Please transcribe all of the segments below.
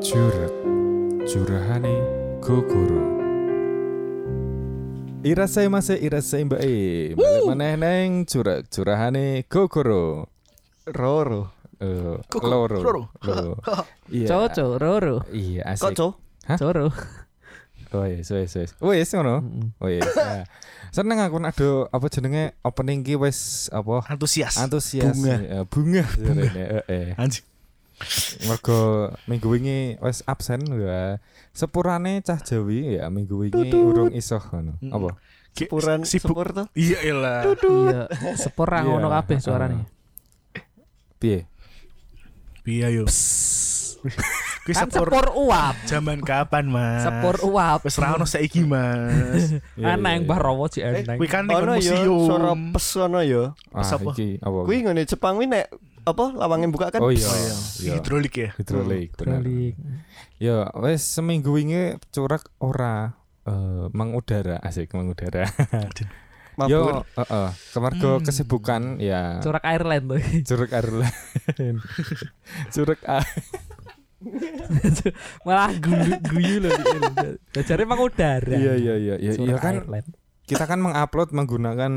Juret Jurahane Gogoro Irasai mase irasai mbak e Balik maneh neng jura, Jurahane Gogoro Roro. Eh, Gogo- Loro Loro. Loro. Iya Coco, Roro, Iya Kok asik cok? Hah? Coro. Oh yes yes yes Wes ngono Oh yes Nah, Seneng aku nak do Apa jenenge Opening ki wes Apa Antusias. Antusias Bunga. Eh, Bunga sebenarnya. Eh, eh. Anjing. mergo minggu wingi wis absen ya sepurane cah Jawi ya minggu wingi urung iso ngono apa Ki- Sepuran sibuk. sepur tuh. Iya elah. Iya, sepor ra Iya, ngono kabeh heeh. suarane. Eh, piye Iya yo. Kuwi Kan sepur sepor uap, Nah. jaman kapan, Mas? sepor uap. Wis ra ono saiki, Mas. Iya, iya, Ana yang iya. bah rowo sih Kuwi eneng. kan ning Ono yo suara museum. Iya, pes ono yo. ah Pas apa? iki apa Kuwi ngene Jepang kuwi nek apa lawange buka kan. oh iya Oh, iya. iya Hidrolik ya. hidrolik bener Balik. ya wis seminggu wingi curak ora eh, mengudara asik mengudara yo Mabur. heeh kemarga Hmm. kesibukan ya Curak Ireland tuh. curak Ireland curak A- Malah guyu guyu loh. Belajarnya emang udara. iya iya iya iya Curak iya kan Ireland. kita kan mengupload menggunakan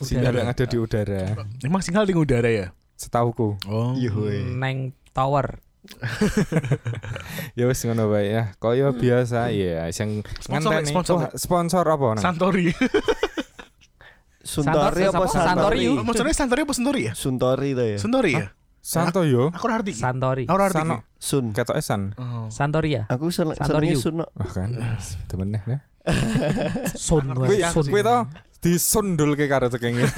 sinyal yang ada di udara Emang sinyal di udara ya? setauku Oh. Iya, weh. Neng Tower. ya wis ngono wae ya kaya biasa ya sing Hmm. Sponsor, ngenteni- sponsor. Wah, sponsor apa nang Santori. Suntori Santor- apa apa? Santori. Santori? Oh, Maksudnya Santori apa Sentori ya? Suntori to ya. Sentori ya? santo yo Aku ora arti. iki. Santori. Aku ora arti. Iya. Sano. iki. Sun. ketoke san Oh. Santoria. Aku seneng Santori senenge you. Sun. no. wah kan temen ya Sun. kuwi wes, ya sun. kuwi to disundulke karo cekenge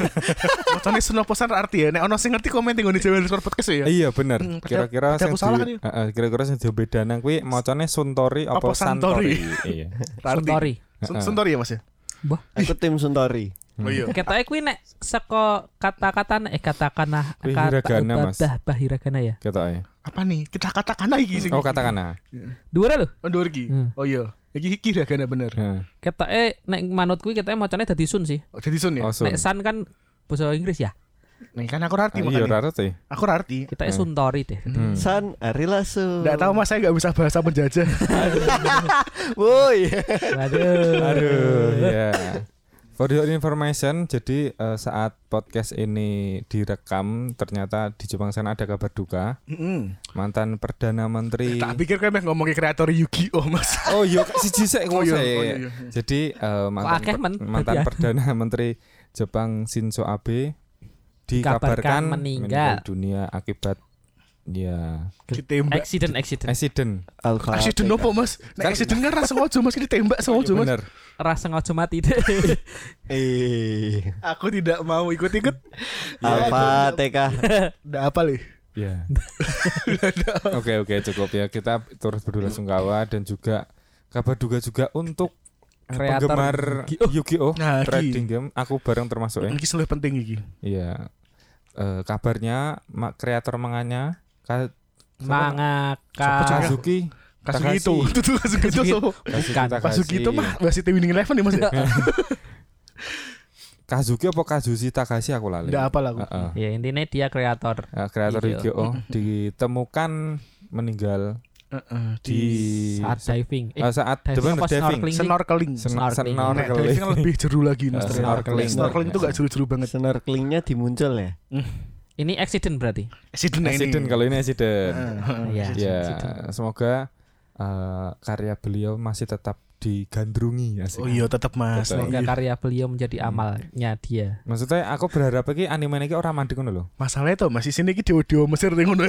Maksudnya senoposan arti ya. Nek ono sing ngerti komen tinggal di Jawa Discord Podcast ya. iya bener Hmm, padahal- kira-kira padahal sing aku di- salah kan, ya? Heeh, kira-kira sing beda nang kuwi macane suntori apa Apa santori santori? iya Ra arti. Santori. Sun- Sentori ya Mas ya? Aku tim Suntori. Hmm. Oh iya. Ketoknya kuwi nek saka kata-kata eh katakanlah Kuwi kata- hiragana, Mas. bah- bah hiragana ya. ketoke Apa nih? Kita katakan lagi sing. oh katakanlah Dua loh. Oh, dua iki. Hmm. Oh iya. Iki iki gana bener. Heeh. Ketoknya nek manut kuwi ketoknya macane dadi sun sih. Oh, Jadi sun ya. oh sun Nek san kan bahasa Inggris ya. Nih kan aku ora arti Ah, iya makanya. ora ngerti Aku ora arti. Kita Hmm. suntori deh. Hmm. San Arila Sun. Enggak tahu Mas saya enggak bisa bahasa penjajah. Woi. Waduh. Aduh, ya. iya. For your information, jadi eh, saat podcast ini direkam, ternyata di Jepang sana ada kabar duka. Heeh. Mantan Perdana Menteri. Tak pikir kan meh ngomongin kreator Yugi oh Mas. Oh iya, Kak, siji sik Oh ngomong iya, sik. oh iya, iya. Jadi eh, mantan akeh per- men, mantan berarti ya. Perdana Menteri Jepang Shinzo Abe Dikabarkan dikabarkan meninggal. dunia akibat ya Ditembak. Accident accident. accident. Alfa. Accident nopo Mas? Nek accident kan rasa ngojo Mas ditembak sengojo Mas. Bener. Rasa ngaco mati Eh. Aku tidak mau ikut-ikut. Iya, Alfa TK. Ndak apa lih. Ya. Oke oke cukup ya. Kita turut berdua sungkawa dan juga kabar duka juga untuk Kreator penggemar Yu-Gi-Oh. Yu-Gi-Oh Nah, iki. trading game. Aku bareng termasuk ya. Iki sing luwih penting iki. Iya. Eh, kabarnya mak kreator manganya Ka- Manga siapa? ka Kazuki Kasugi itu. Takashi. Itu Kasugi itu. Kasugi- sopo? Kazuki Bukan, Takashi. Kasugi itu mah masih winning eleven ya Mas. ya? Kazuki apa Kazushi Takashi aku lali. Ndak apa lah aku. Heeh. Ya intinya dia kreator. Eh, kreator Yu-Gi-Oh. Yu-Gi-Oh ditemukan meninggal Heeh, di Saat diving. Eh, eh, saat diving depan apa diving. snorkeling? snorkeling. Sen- Snorkeling. Nek snorkeling. diving kan lebih jeru lagi Mas. Eh, ternyata. snorkeling. Snorkeling itu gak jeru-jeru banget. Snorkelingnya dimuncul ya. Ini accident berarti. Nah, Accident ini. Accident kalau ini accident. Iya. ya accident. semoga eh, karya beliau masih tetap digandrungi asik. Oh iya tetap Mas. Tetep. Semoga Iya. karya beliau menjadi amalnya dia. Maksudnya aku berharap iki anime iki ora mandek ngono lho. Masalahnya tuh masih sini iki audio Mesir ning ngono.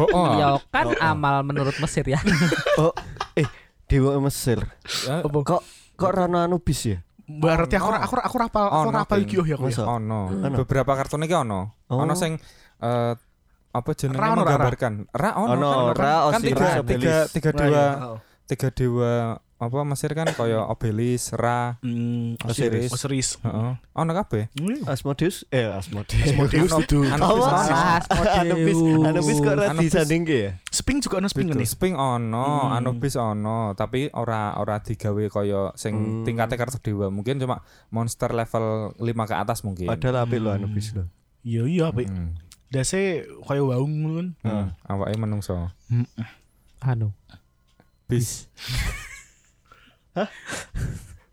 Oh, oh. Ya kan amal menurut Mesir ya. Oh, eh Dewa Mesir. Eh, Kok kok Rano Anubis ya? Berarti Oh, aku aku aku rapal aku Ono, rapal King. iki oh ya aku. ya. Masa? ono. Ono. Beberapa kartun iki ono. Oh. Ono sing eh, apa jenenge Ra ono, ra, ra. menggambarkan? Ra ono. Ono, kan, ra, kan Osiris, tiga, Obelis. tiga, tiga Nah, dewa, iya. Oh. tiga dewa apa Mesir kan kaya Obelis, Ra, Hmm, Osiris. Osiris. heeh. Ono kabeh. Hmm. Asmodeus? Eh Asmodeus. iya. Asmodeus itu. Oh, Anubis ono. Apa? Salah, Anubis, Asmodeus. Anubis kok ora Oh, Anubis. disandingke ya? Sping juga ono sping Betul. ini. Sping Gitu. ono, Hmm. Anubis ono, tapi ora ora digawe kaya sing Hmm. tingkatnya kartu dewa. Mungkin cuma monster level 5 ke atas mungkin. Padahal apik lo Anubis lo. Iya iya apa? Hmm. Dase koyo waung ngono. kan. Hmm. Awake menungso. Anu. bis.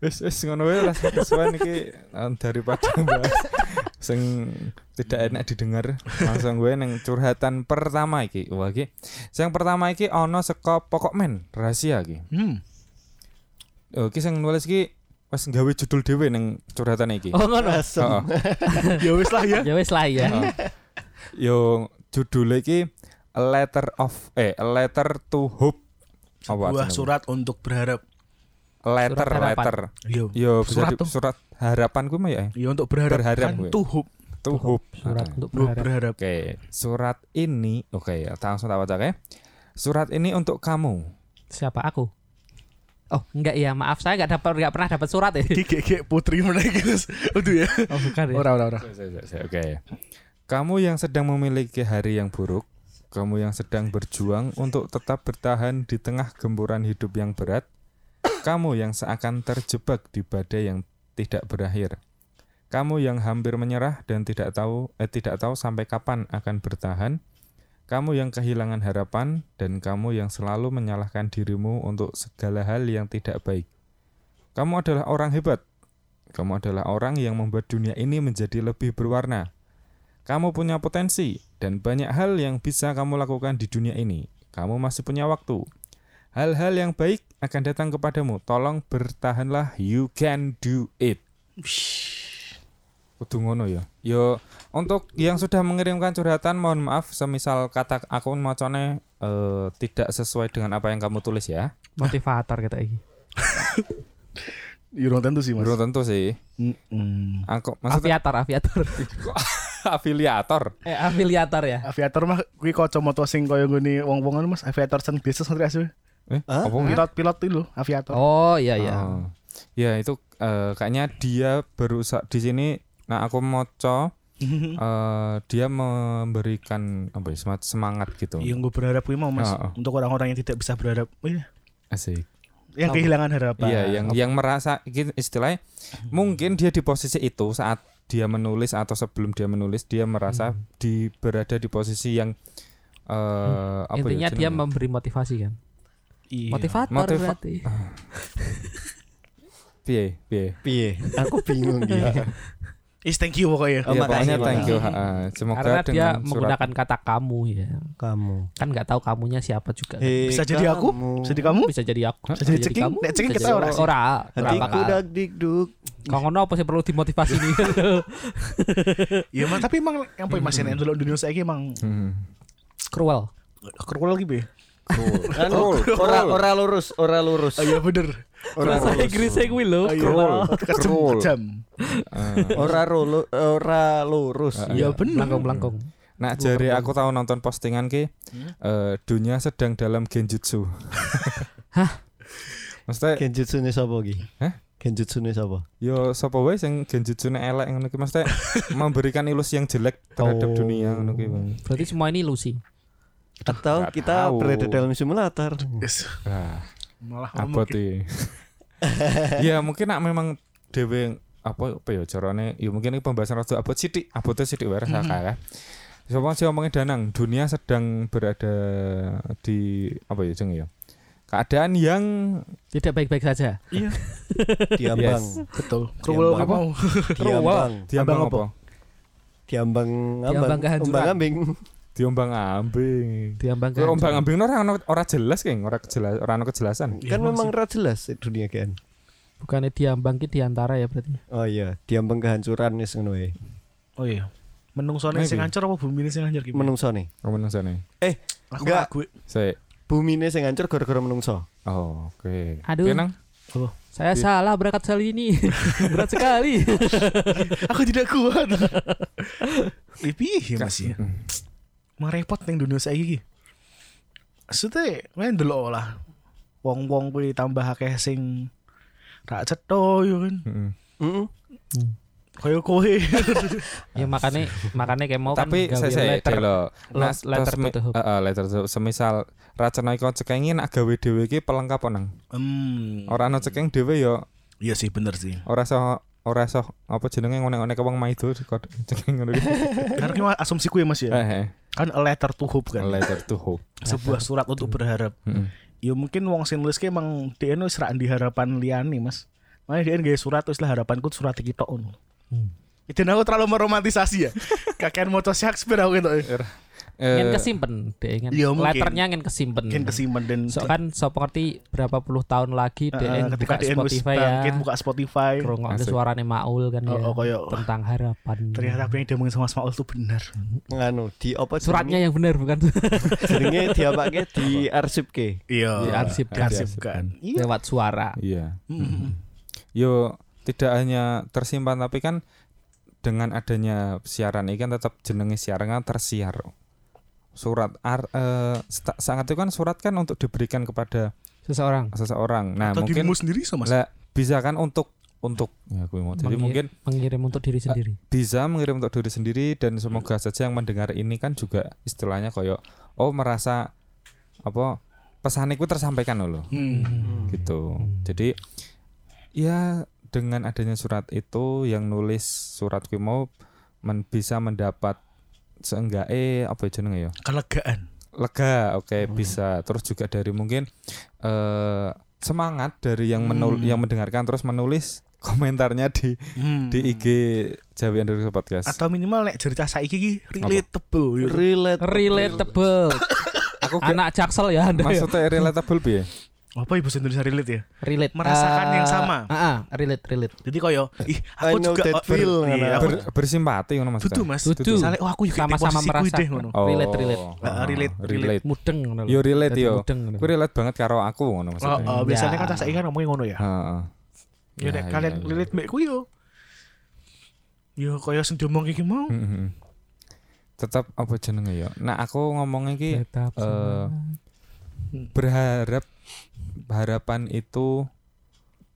Wis wis ngono wae lah kesuwen iki eh, daripada bahas sing tidak enak didengar. Langsung gue neng curhatan pertama iki. Wah iki. Sing pertama iki ono saka pokok men rahasia iki. Hmm. Oh, iki sing nulis iki wis gawe judul dhewe neng curhatan iki. Oh ngono. Asem. Heeh. Ya wis lah ya. Ya wis lah ya. Oh. Yo judulnya iki A letter of eh a letter to hope. Apa jenenge? Buah surat untuk berharap. letter Surat harapan. letter. Yo. Yo bisa Surat di- tuh. surat harapan gue mah ya. Ya untuk Iya. berharap. Berharap kan gue. to hope. To hope. Surat Ah. untuk Buah berharap. berharap. Oke, surat ini oke ya, langsung tak baca ya. Surat ini untuk kamu. Siapa aku? Oh, enggak ya, maaf saya enggak dapat enggak pernah dapat surat ya. Ki ki- ki, putri mana gitu. Aduh ya. Oh, bukan ya. Ora ora ora. Oke. Kamu yang sedang memiliki hari yang buruk, kamu yang sedang berjuang untuk tetap bertahan di tengah gempuran hidup yang berat, kamu yang seakan terjebak di badai yang tidak berakhir. Kamu yang hampir menyerah dan tidak tahu eh tidak tahu sampai kapan akan bertahan. Kamu yang kehilangan harapan dan kamu yang selalu menyalahkan dirimu untuk segala hal yang tidak baik. Kamu adalah orang hebat. Kamu adalah orang yang membuat dunia ini menjadi lebih berwarna. Kamu punya potensi dan banyak hal yang bisa kamu lakukan di dunia ini. Kamu masih punya waktu. Hal-hal yang baik akan datang kepadamu. Tolong bertahanlah. You can do it. Kudu ngono ya. Yo, untuk yang sudah mengirimkan curhatan mohon maaf semisal kata akun macone eh, tidak sesuai dengan apa yang kamu tulis ya. Motivator gitu, eh. kita iki. Ya urung tentu sih Mas. Belum tentu sih. Heeh. Aku maksudnya Aviator, aviator. afiliator. Eh, afiliator ya. Aviator mah kuwi kacamata sing kaya ngene wong-wongan Mas, aviator sen bisnis ngerti asih. Eh, Hah? apa Pilot pilot itu loh, aviator. Oh, iya iya. Oh. Ya itu eh, kayaknya dia berusaha di sini. Nah aku moco eh, dia memberikan apa ya, semangat semangat gitu. Iya, Iya. Yang gue berharap gue mau mas Oh, oh. Untuk orang-orang yang tidak bisa berharap oh, iya. Asik. Apa? Yang Hmm. kehilangan harapan Iya yang yang merasa ini istilahnya mungkin dia di posisi itu saat dia menulis atau sebelum dia menulis dia merasa Hmm. di berada di posisi yang eh apa ya, Hmm. Intinya dia jenengnya? memberi motivasi kan. Iya. Motivator Motiva- Ah, berarti. piye piye. Piye? Aku bingung gitu. Is thank you pokoknya Iya, Oh, makasih, pokoknya thank you. makasih. ha, ha. Semoga Karena dia dengan surat menggunakan kata kamu ya. Kamu. Kan nggak tahu kamunya siapa juga. kan. Hei, Bisa jadi aku? kamu. Jadi kamu Bisa jadi Eh, aku, Hah? bisa Jadi jadi ceking? kamu. Nek ceking bisa kita jadi- ora sih. Ora, ora Hatiku bakal. dak dikduk. Kok ngono apa sih perlu dimotivasi nih? Iya mas tapi emang Yang poin masih yang dulu dunia saya emang Hmm. Cruel. Cruel gitu ya Kan Cool, ora cool. ora lurus, ora lurus. Oh iya bener Ora Bahasa lurus. Inggrisnya gue lho. Oh, iya. Cruel. Kejam Cruel. kejam. Eh, Ora rolo- ora lurus. Ah, Iya bener Melangkung-melangkung. Nah, jari aku tahu nonton postingan ki, eh, dunia sedang dalam genjutsu. Hah? Iya. Maksudnya, Kenjutsu ne sapa iki? Hah? Kenjutsu ne sapa? yo sapa wae sing genjutsu elek ngono ki, maksudnya memberikan ilusi yang jelek terhadap Oh. dunia ngono ki. Bang. Berarti semua ini ilusi. Atau nggak kita tahu. berada dalam simulator. Yes. Ah, Malah abot iki. ya mungkin nak memang dhewe apa apa ya carane ya mungkin ini pembahasan rada abot sithik, abote sithik wae rasa kalah. Sopo sih omongin danang, dunia sedang berada di apa ya jeng ya. Keadaan yang Tidak baik-baik saja. Diambang. Betul Cruel Diambang. apa mau Diambang. diambang Abang apa? apa? Diambang Diambang ambang. kehancuran. Ombang ambing. Diombang ambing. Diambang kan? Kalau ombang ambing ora ono ora jelas keng, ora kejelas, ora ono kejelasan. Kan memang ra jelas dunia kan. Bukannya diambang ki diantara ya berarti. Oh iya, diambang kehancuran wis ngono wae. Oh iya Menungsone sing Maybe. hancur apa bumi sing hancur gimana? Menungsone. Ngomong sana. Eh, Aku Enggak. aku Saya bumine sing hancur gara-gara menungso. Oh, oke. Aduh. Piye, Nang? Saya Di- salah berangkat kali ini. Berat sekali. Aku tidak kuat Lebih ya mas ya Mm. merepot neng dunia saya iki. Maksudnya, main dulu lah. Wong-wong kuwi tambah akeh sing rak cetho yo kan. Mm-mm. Heeh. Kaya kowe. ya makanya makanya kayak mau Tapi kan gawe saya saya letter. delo. Nah, lo- letter terus to the mi- hope. eh, eh, letter to- semisal racana iku cekenge nak gawe dhewe iki pelengkap apa, Nang. Hmm. Ora ono cekeng dhewe ya Iya sih bener sih. ora iso ora iso apa jenenge ngonek-ngonek wong maido kok cekeng ngono iki. Karena ini asumsi ku ya Mas ya. Eh, eh, Kan a letter to hope kan. Letter to hope. Sebuah surat untuk berharap. Mm-mm. ya mungkin wong sing nulis ki emang dia nulis ra di harapan liyane Mas. Makanya dia nggak surat wis lah harapanku surat iki tok ngono. Itu aku terlalu meromantisasi ya. Kakek moto Shakespeare aku ya. ketok. Ingin Eh, kesimpen deh, ingin Iya, mungkin. letternya ingin kesimpen. Mungkin kesimpan dan So kan so pengerti berapa puluh tahun lagi Eh, dia buka dia nulis Spotify ya. bangkit buka Spotify. Kerongok Asik. suaranya Maul kan ya. Oh, oh, koyo. tentang harapan. Ternyata apa yang dia ngomongin sama Smaul itu benar. nganu di apa suratnya yang benar bukan jenenge diapake di arsip ke. Iya. Diarsip. kan. Diarsipkan. Iya. Hmm. lewat suara. iya. Mm-mm. Yo tidak hanya tersimpan tapi kan dengan adanya siaran ini kan tetap jenenge siaran kan tersiar. Surat ar, eh, sta- sangat itu kan surat kan untuk diberikan kepada Seseorang seseorang. Nah, Atau mungkin dirimu sendiri sama lah, bisa kan untuk untuk ya, gue mau. Jadi Mengi- mungkin mengirim untuk diri sendiri. bisa mengirim untuk diri sendiri dan semoga saja yang mendengar ini kan juga istilahnya koyo oh merasa apa pesaniku tersampaikan loh Hmm. gitu. Jadi ya dengan adanya surat itu yang nulis surat kuwi mau men bisa mendapat seenggaknya apa jenenge ya? Kelegaan. Lega, oke Hmm. bisa. Terus juga dari mungkin eh semangat dari yang menul yang mendengarkan terus menulis komentarnya di Hmm. di IG Jawi Underscore Podcast. Atau minimal nek cerita saiki ki relatable yo. Relate. Relatable. Aku ge- Anak jaksel ya Anda. ya. maksudnya relatable piye? Apa ibu bahasa Indonesia relate ya? Relate. Merasakan yang sama. Heeh, relate relate. Jadi koyo ih aku I know juga that oh, feel, iya, ngono. aku- Ber- bersimpati ngono maksudnya. Dudu Mas. Dudu. Misalnya, oh aku juga di Sama-sama posisiku merasakan. deh, ngono. Oh, Relate, relate. ah, relate, relate. Mudeng ngono lho. Yo relate Dadi yo. Mudeng ngono. Gue relate banget karo aku ngono Oh, maksudnya. Iya, oh, Ya. biasanya kan saiki kan ngomongin ngono ya. Heeh. Ya nek kalian relate mbek ku yo. Yo koyo sing diomong iki mau. Tetap Mm-hmm. apa jenenge yo. Nah, aku ngomongnya ki Tetap eh, berharap harapan itu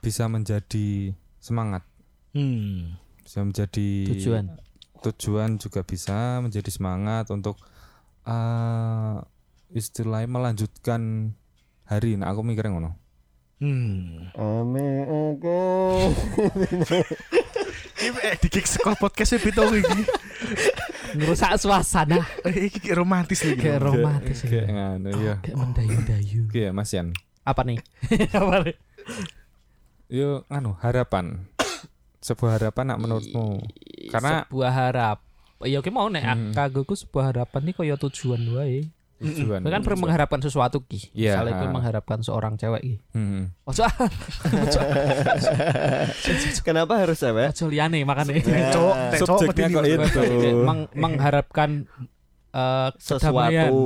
bisa menjadi semangat, Hmm. bisa menjadi tujuan. iya. tujuan juga bisa menjadi semangat untuk eh istilahnya melanjutkan hari. Nah, aku mikirnya ngono. Hmm. Ame aku. Iki eh di kick sekolah podcast e pito iki. Ngerusak Iya, suasana Eh, Iki kayak romantis lho iki. kayak romantis. Kayak ngono ya. Kayak mendayu-dayu. Oke, Mas Yan. Apa nih? Apa nih? Yo, anu harapan. Sebuah harapan nak menurutmu? Iya, Karena Hmm. sebuah harap Ya oke mau nek kanggoku sebuah harapan nih kaya tujuan wae. Hmm, tujuan. Kowe kan pernah mengharapkan sesuatu ki. Iya. Misalnya kowe mengharapkan seorang cewek ki. Hmm. Ojo ah, Kenapa harus cewek? ojo liyane makane. Iya, Nek cowok, nek cowok mesti Subjeknya kok di- itu. Meng- mengharapkan eh, kedamaian. Sesuatu.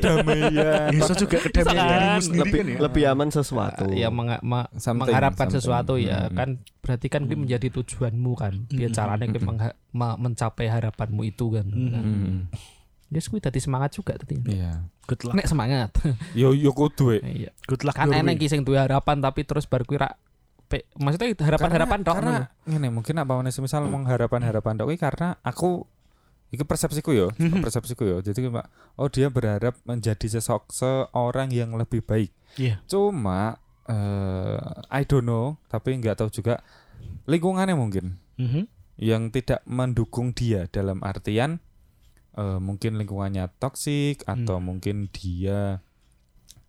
Damaian. Bisa juga kedamaian Misalkan dirimu sendiri lebih kan ya. lebih aman sesuatu. ya menga- ma- Something, mengharapkan something. sesuatu ya Mm-hmm. Mm-mm. kan berarti kan Mm-hmm. kuwi menjadi tujuanmu kan biar caranya Mm-hmm. kuwi mengha- ma- mencapai harapanmu itu kan Nah, Mm-hmm. yes kuwi tadi semangat juga tadi Iya. Good luck. nek semangat Yo yo kudu. eh. iya Good luck. kan your enak ki way. sing duwe harapan tapi terus bar kuwi ra pe- maksudnya Karena- harapan-harapan tok anu. Karena ngono. ngene mungkin apa meneh semisal mengharapan-harapan tok kuwi karena aku Iku persepsiku yo, persepsiku yo. Jadi kayak, oh dia berharap menjadi sesok seorang yang lebih baik. Iya. Cuma eh I don't know, tapi nggak tahu juga lingkungannya mungkin. Mhm. yang tidak mendukung dia dalam artian eh, mungkin lingkungannya toksik atau mungkin dia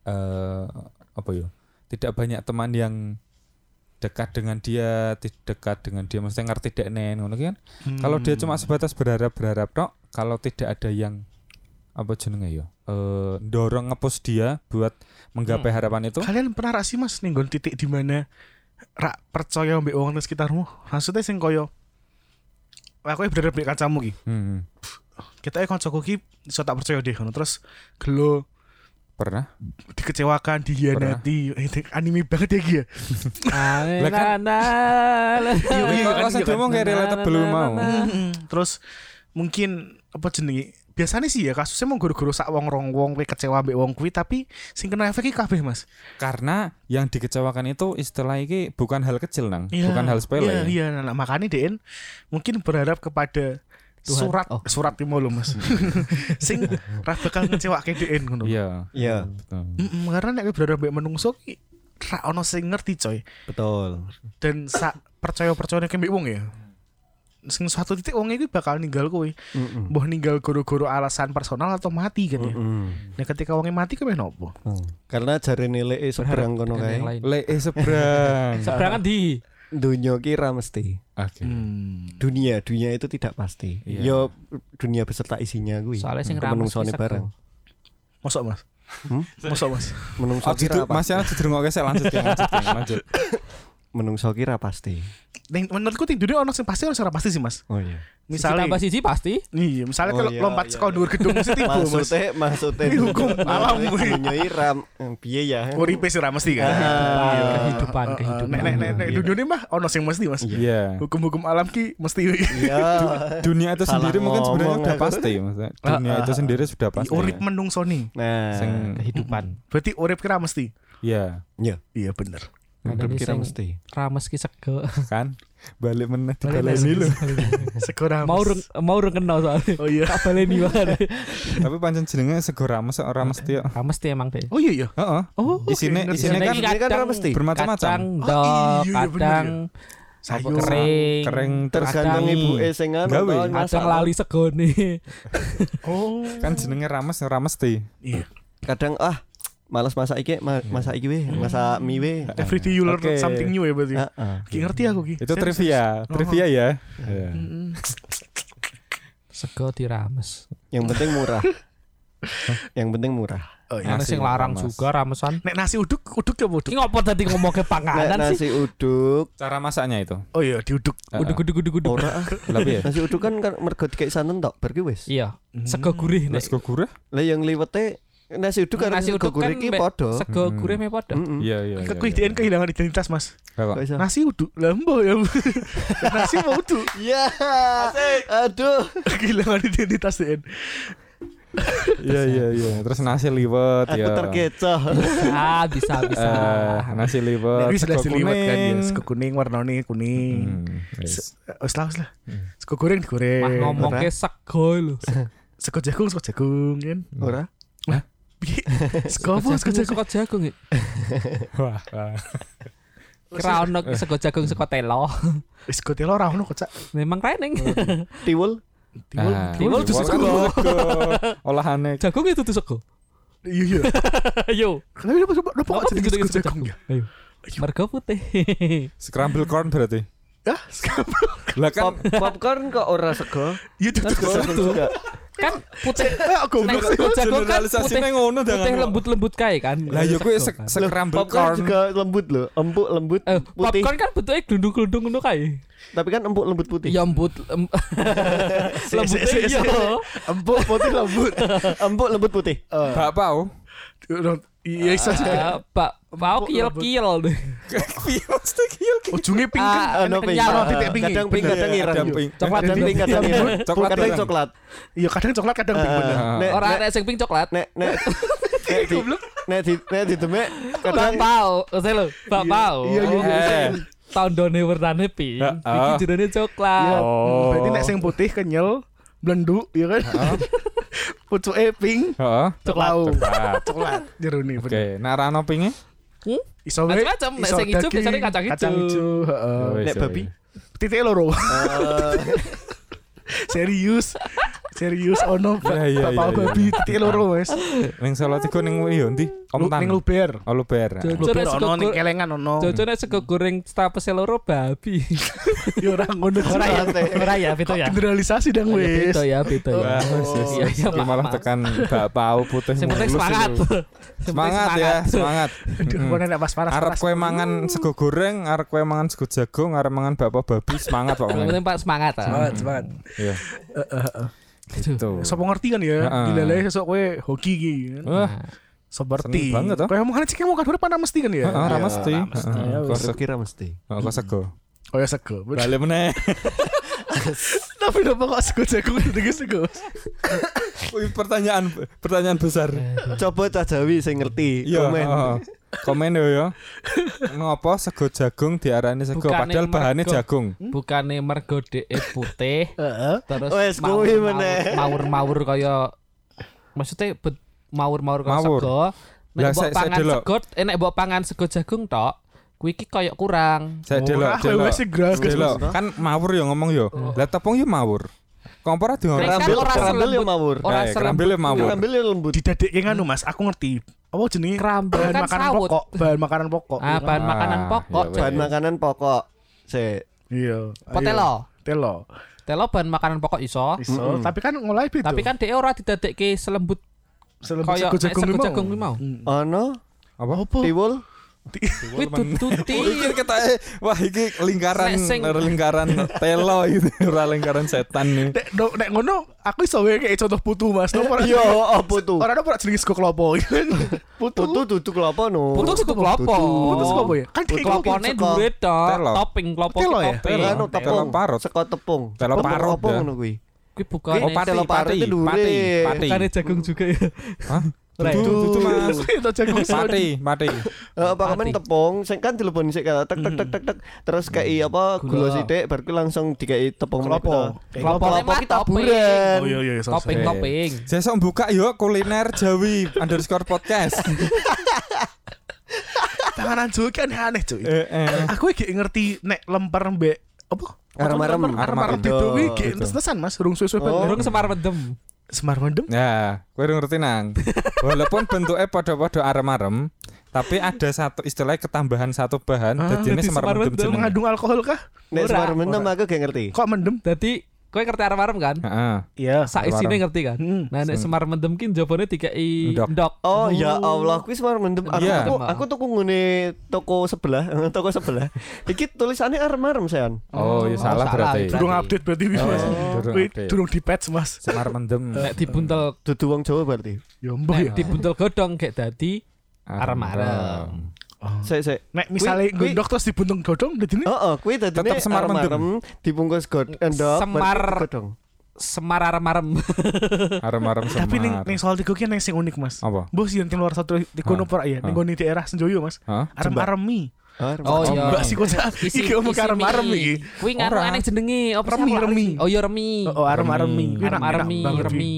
eh apa ya tidak banyak teman yang dekat dengan dia ti- dekat dengan dia maksudnya ngerti dek nen ngono ki kan kalau dia cuma sebatas berharap berharap tok kalau tidak ada yang apa jenenge ya eh dorong ngepus dia buat menggapai harapan itu Kalian pernah ra sih Mas ninggon titik di mana rak percaya mbek wong nang sekitarmu? Maksudnya sing koyo aku ya berharap mbek kancamu ki. Hmm, Kita kancaku ki iso tak percaya deh ngono. Terus gelo pernah dikecewakan, dihianati. Eh, anime banget ya Ki ya. Ah, Lah kan- Na- na- na- Iya, nah, kok- kok saya ngomong kayak relatable mau. Mm-mm. Terus mungkin apa jenenge? Biasanya sih ya kasusnya mau guru-guru sak wong rong wong kowe kecewa mbek wong kuwi tapi sing kena efek ki kabeh Mas. karena yang dikecewakan itu istilah ini bukan hal kecil nang Iya, bukan hal sepele ya? Iya, iya. Nah, nah, makanya Den mungkin berharap kepada Tuhan. surat Oh. surat timo lo Mas. sing ra bakal ngecewake Den ngono. Iya, Iya, betul. Mm-mm, Karena nek kowe berharap mbek menungso ki ra ono sing ngerti coy. betul. Dan sak percaya-percayane ki mbek wong ya. sing suatu titik wong iki bakal ninggal kowe. Mbah ninggal goro-goro alasan personal atau mati kan ya. Nah, ketika wongnya mati kabeh nopo? Karena jare nilai seberang kono kae. dengan yang lain. Lee seberang. kan Seberangan di Dunia kira mesti. Oke. Hmm. Dunia, dunia itu tidak pasti. Iya. Yo dunia beserta isinya kuwi. soalnya sing Menung rames sone pisan bareng. tuh. Mosok Mas. Hmm? Mosok Mas. Menungso Oh, kira judul, apa? masih aja dirungokne sik lanjut ya, lanjut ya, lanjut. Menungso kira pasti. Ning menurutku di dunia ono sing pasti ono sing ora pasti sih Mas. Oh iya. Siji Misalnya tambah siji pasti Iya, misalnya Oh, kalau iya, lompat iya, sekolah iya. dhuwur gedung mesti tiba Mas. Maksudnya, maksudnya Ini hukum alam, kuwi. Dunia iram, piye ya? Uripe Oh, sih ora mesti kan. Ah, Iya. kehidupan, Eh, eh, kehidupan. Nek nek nek nek Iya. dunia ini mah ono sing mesti Mas. Iya. Hukum-hukum alam ki mesti Iya. Dunia itu Salah sendiri mungkin sebenarnya ngomong sudah aku. pasti, maksudnya. Dunia itu sendiri sudah pasti. Ah, urip menungso nih. Nah, Sing kehidupan. Berarti urip kira mesti. ya Iya bener. Ada hidup nih kira sing mesti. rames ki sego. kan balik meneh Balik dibaleni lho. Sekolah Mau rung mau rung kenal soalnya. Oh iya. Tak baleni banget. Tapi pancen jenenge sego rames kok ora mesti kok. Rames tuh emang deh. Oh iya iya. Heeh. Oh, Isine ngerti. isine kan Ini kan kadang- rames tuh. bermacam-macam. Kacang, Oh, dok, iya, iya, bener Iya. kadang Sayur kering, kering terus Tergantung Kadang- ibu eh sing anu Gawe. tahun kadang masak. lali segone. Oh. kan jenenge rames ora mesti. Iya. Kadang ah malas masak iki, Iya. ma- masak iki Hmm. weh, masak mie Ah, weh. Every day you learn Oke. Ah. something new ya Iya. berarti. Heeh. Ki ngerti aku ki. Itu Serius, trivia, serius. Oh. Hmm. trivia ya. Iya. Mm-mm. Sego dirames. Yang penting murah. Yang penting murah. Oh iya. Ana Nasi sing larang rames. juga ramesan. Nek nasi uduk, uduk ya uduk. Ki ngopo tadi ngomong ke Nek panganan nasi sih? uduk, Cara masaknya itu. Oh iya, diuduk. Gudu gudu gudu gudu. ora ah. Lebih ya. Nasi uduk kan kan mergo dikek santen tok, bar ki wis. Iya, Hmm. sego gurih nek. Mas go gurih? Lah yang liwete nasi uduk karo Nasi sego uduk goreng kan iki mek- padha. Hmm. Sego Hmm. gurih me padha. Heeh. Iya iya. Ke kuih DN kehilangan identitas mas. Kok Nasi uduk, lembo ya. nasi mau uduk, Ya. Aduh. kehilangan identitas DN. Iya iya iya. Terus nasi liwet Aku ya. terkecoh. Ah, bisa bisa. Eh, nasi liwet. Nek wis sego nasi liwet kan ya. kuning. Sego kuning, warnane kuning. Eh, Hmm, wis. Wis lah, wis lah. Sego goreng digoreng. Mah ngomong ora. ke sego lho. Sego jagung, sego jagung kan. Ora. Piye? Sego apa? Sego jagung. sego jagung. ya? Wah. wah. Kira ono sego jagung sego telo. Wis Eh, sego telo ora ono kok, Cak. Memang reneng. Tiwul. Tiwul, Ah, tiwul tiwul dudu kan sego. sego. Olahane Jagung itu tuh sego. Iya iya. Ayo. Kenapa kenapa kenapa kenapa kok Apa jadi tuh sego sego jagung jagung? ya? Ayo. Marga putih. scramble corn berarti. Ah, sego. Lah kan Pop- popcorn kok ora sego? Iya dudu Sego sego. juga. kan putih. Ah, goblok sih. Sego jagung kan generalisasine putih. ngono Putih jangan. lembut-lembut kae kan. Lah ya kuwi sek- Sego kan. Loh, scramble popcorn corn. juga lembut loh, empuk lembut Eh, putih. popcorn kan bentuknya glundung-glundung ngono kae. Tapi kan empuk lembut putih. Ya embut em- lembutnya si- si- iya. Empuk putih lembut. empuk lembut putih. Bakpao. Iya iso sih. Eh, Pak, mau Empuk, kiel-kiel deh. Piye mesti kiel ki? Ujungnya pink kan. Ah, Ano pink? kenyal, Ah, titik pink. Kadang pink, Bener. kadang ireng. Kadang pink. Coklat Kadang pink. pink, kadang ireng. Coklat Kadang ireng. coklat. Iya kadang coklat kadang pink bener. Ah, Nek Orang nek ada sing pink coklat. nek nek nek di nek di nek di demek kadang Bapau, saya lo, bapau. Iya, iya, iya. Eh. Tandone warnane pink, Ya, iki ah. jerone Oh. coklat. Iya. Hmm, Berarti nek sing putih kenyal, blenduk ya kan. Pucuke pink, Heeh. coklat. Coklat. Coklat jerone bener. Oke, nek rano pinge? Iso we. Macam-macam, nek iso sing ijo daging, biasanya kacang ijo. Kacang ijo, heeh. Ya wis, nek ya babi. wis. Titik loro. eh, Serius. Serius ono Iya, iya, bapak iya, babi iya. titik loro wis. Ning Solo Tigo ning yo ndi? Lu- Omtan. Ning luber. Oh, Luber. Jojo. Luber Luber ono sego ning gor- kelengan ono. Cocoknya sego goreng stapes loro babi. Ya ora ngono. Ora ya, ora ya, Kok betul ya. generalisasi dang Oh, ya, wis. Beto ya, beto ya. Wah, wis, wis, Oh, Iya, wis. iya, Ini Pak, malah Pak. tekan bakpao putih. Yang penting mulus semangat. itu. Yang penting Semangat ya, semangat. Aduh, Mm-mm. ono nek pas panas. Hmm. Arep kue Hmm. mangan sego goreng, arep kue mangan sego jagung, arep mangan bakpao babi, semangat Pak. Yang penting Pak semangat. ah. Semangat, semangat. Iya. Gitu. Sopo ngerti kan ya? Heeh. Dileleh sesuk kowe hoki iki. kan. Wah, Seperti. seneng banget, toh. Kayak makanan cikin mau kan urip panas mesti kan ya. heeh, ra Iya, mesti. ra mesti. Heeh, Ya, kok terus Eh, kira mesti. se- kok sego. Kayak Oh, ya sego. Balik meneh. Tapi kenapa kok sego jagung dengan sego? Wih, pertanyaan pertanyaan besar. Eh, Coba Cah Jawi sing ngerti Iya, komen. heeh. Komen yo ya. Ngopo sego jagung diarani sego Bukannya padahal bahannya mergo. jagung. Bukannya mergo dhek putih, Heeh. terus Wes, mawur- kuwi mawur- meneh. mawur-mawur kaya maksudnya bet, mawur-mawur kaya Mawur. sego Lah, nek mbok saya- saya pangan delok. sego eh, nek mbok pangan sego jagung tok Kuwi iki koyok kurang. Saya delok, delok. Delok, kan mawur yo ngomong yo. Lah tepung yo mawur. Kompor ade ora. Nek kan Kerambil ora kerambil ya selembut. mawur. Ora Eh, serem. kerambile mawur. Kerambil ya lembut. Didadekke nganu Mas, aku ngerti. Apa jenenge? Kerambel Bahan kan makanan sawut. pokok, bahan makanan pokok. Ah, bahan Ah, makanan pokok. iya, Cok. Bahan makanan pokok. Se. Iya. Potelo. Ayo, Telo. Telo bahan makanan pokok iso. Iso, Mm-mm. tapi kan ngolah beda. Tapi kan dhek ora didadekke selembut selebih koyok sego nek jagung sego limau. jagung limau. Hmm. Mm. Ono Apa? tiwul. Kuwi duduti. Pikir kita eh, wah iki lingkaran Nek sing- lingkaran telo gitu, ora lingkaran setan nih. Nek do- nek ngono aku iso wae kayak contoh putu Mas. No, ora- Yo apa tuh? Ora ada pernah jenenge sego klopo. Putu. Putu duduk lopo no. Putu sego klopo. Putu sego apa ya? Kan Putu diiku- apa? Klopone Sego. duwe tok, Telo. topping klopo Telo ki ya? Telo. Anu topping. tepung. Telo parut. Seko tepung. Telo Tepung parut, ya. Apa dah. ngono kuwi? Kuwi Oh, bukane pati, telo parut pati, itu dure. pati, pati. bukane jagung juga ya. Hah? Rek. Dudu, dudu, Mas. gitu. Itu jagung Mati, sawit. mati. Eh, apa Pati. kamen tepung sing kan dileboni sik kata tek tek tek tek tek terus kei apa Gula. gula sithik bar kui langsung dikai tepung meneh Klopo. kita. Kayak Klopo. klopo. Klopo Mah, ki topping. taburan. Oh iya iya iya, sorry, Topping sorry. topping. Saya sok buka yuk kuliner Jawi underscore podcast. Panganan Jawa kan aneh cuy. Eh, eh. Aku iki ngerti nek lemper mbek apa? Arem-arem. arem-arem Arem-arem. itu iki Betul. gek entesan Mas, rung suwe-suwe Oh. banget. Durung semar mendem. Semar mendem. Ya, kowe udah ngerti nang. Walaupun bentuknya podo-podo arem-arem, tapi ada satu istilah ketambahan satu bahan, Ah, jadi ini jadi semar semar mendem mendem jenenge. Mengandung alkohol kah? Nek Ora. semar menem aku gak ngerti. Kok mendem? Dadi kowe ngerti arem-arem kan? Heeh. Iya. Sak isine Arem-arem. ngerti kan? Hmm. Nah nek semar mendem ki jabone dikeki Ndok. ndok. Oh, ya Allah, kuwi semar mendem. Aku, Iya. aku, aku tuku ngene toko sebelah, toko sebelah. Iki tulisannya arem-arem, Sean. Oh, ya Oh, salah salah berarti. berarti. Durung update berarti wis Mas. durung Wih, update. Durung di patch Mas. Semar mendem. Nek dibuntel Dudu wong Jawa berarti. Ya mbah ya. nek dibuntel godhong gek dadi Arem-arem. Sik, sik. Ah. Nek misalnya Kui- kui- gondok terus dibuntung godong dadine Heeh, kuwi dadine Tetep semar mendem. arem-arem dibungkus god endok. Semar. berarti godhong. semar arem-arem. Arem-arem semar. tapi ning ning soal tiku ki ning sing unik Mas. apa? Mbah sih yang luar satu tiku Ah. nopo ya ning Ah. gone daerah Senjoyo Mas. Hah? Arem-aremi. Arem. Oh, iya. Mbak sih kok iki omong arem-arem mie. iki. Kuwi nganu Ora. aneh jenenge apa sih Remi, aku lali remi. sih? Oh iya remi. Oh, arem-aremi. Kui enak- Arem-aremi, enak banget, remi.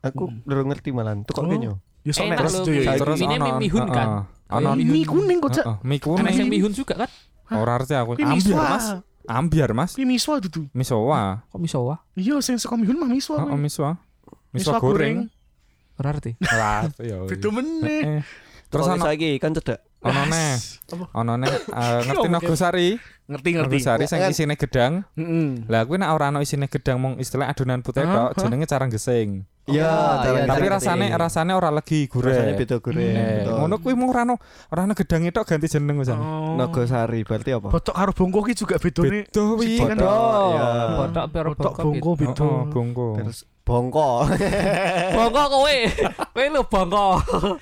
Aku belum ngerti malan. Tukok Oh. kenyo. cuy. Ya soalnya Enak terus loh, Senjoyo. Kui. iki. Terus Mine ono mie mihun kan? heeh. Ono Mie kuning kok cak. heeh, mie Ana sing kuning. mihun juga kan? Ora arti aku. Kui miswa. Ambiar, Mas. Ambiar, Mas. Kui miswa itu tuh. Misoa. Kok bisa wah? Iya sing saka mihun mah miswa. Heeh, kui. misoa. Misoa goreng. Ora arti. Ora arti ya. Beda meneh. Eh, Terus Terus ono saiki kan cedak. ono neh. Apa? Ono neh eh, ngerti Iya, Nogosari? Ngerti ngerti. Hmm. Nogosari sing Kan- isine gedang. Heeh. Lah kuwi nek ora ono isine gedang mung istilah adonan putih Hah? tok jenenge carang gesing. Iya, iya, Tapi Carang rasane rasane ora legi gurih. rasane beda goreng. Eh, betul. Ngono kuwi mung ora ono ora ono gedange tok ganti jeneng wis. Oh, Nogosari berarti apa? Botok karo bongko ki juga bedone. Beda wi. Siji kan Botok, botok. iya. Botok gitu. karo Botok bongko bongko beda. Heeh, bongko. Terus bongko. Bongko kowe. Kowe lho bongko.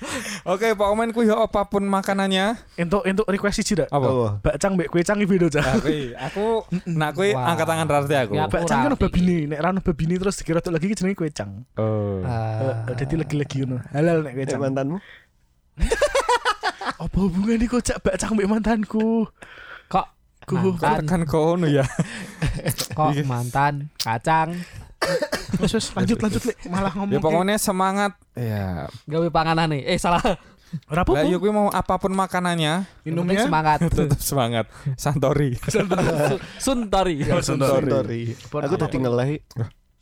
Oke, Pak Omen kuwi ya apapun makanannya. Entuk entuk request siji dak. Oh. Apa? Ah, Bakcang mbek kue cang iki beda cak. Tapi aku nak kuwi Wah. angkat tangan berarti aku. Ya, Bakcang kan Ora, ono iki. babine, nek ra ono babine terus dikira tok lagi ki jenenge kue cang. Eh, Ah. Eh, Dadi legi-legi ngono. Halal nek kue Eh, cang. mantanmu. Apa hubungane kok cak bakcang mbek mantanku? Eh, Kok Ku- Kok mantan, tekan kono ya. kok Iya. mantan, kacang, Wes wes lanjut lanjut Lek. malah ngomong. Ya pokoknya semangat. Ya. gawe panganan nih. Eh salah. ora apa Lah iya, yo kuwi mau apapun makanannya Penting minumnya. semangat. tetap semangat. Santori. Sun- Suntori. Iya. Sorry. Aku tadi ngeleh.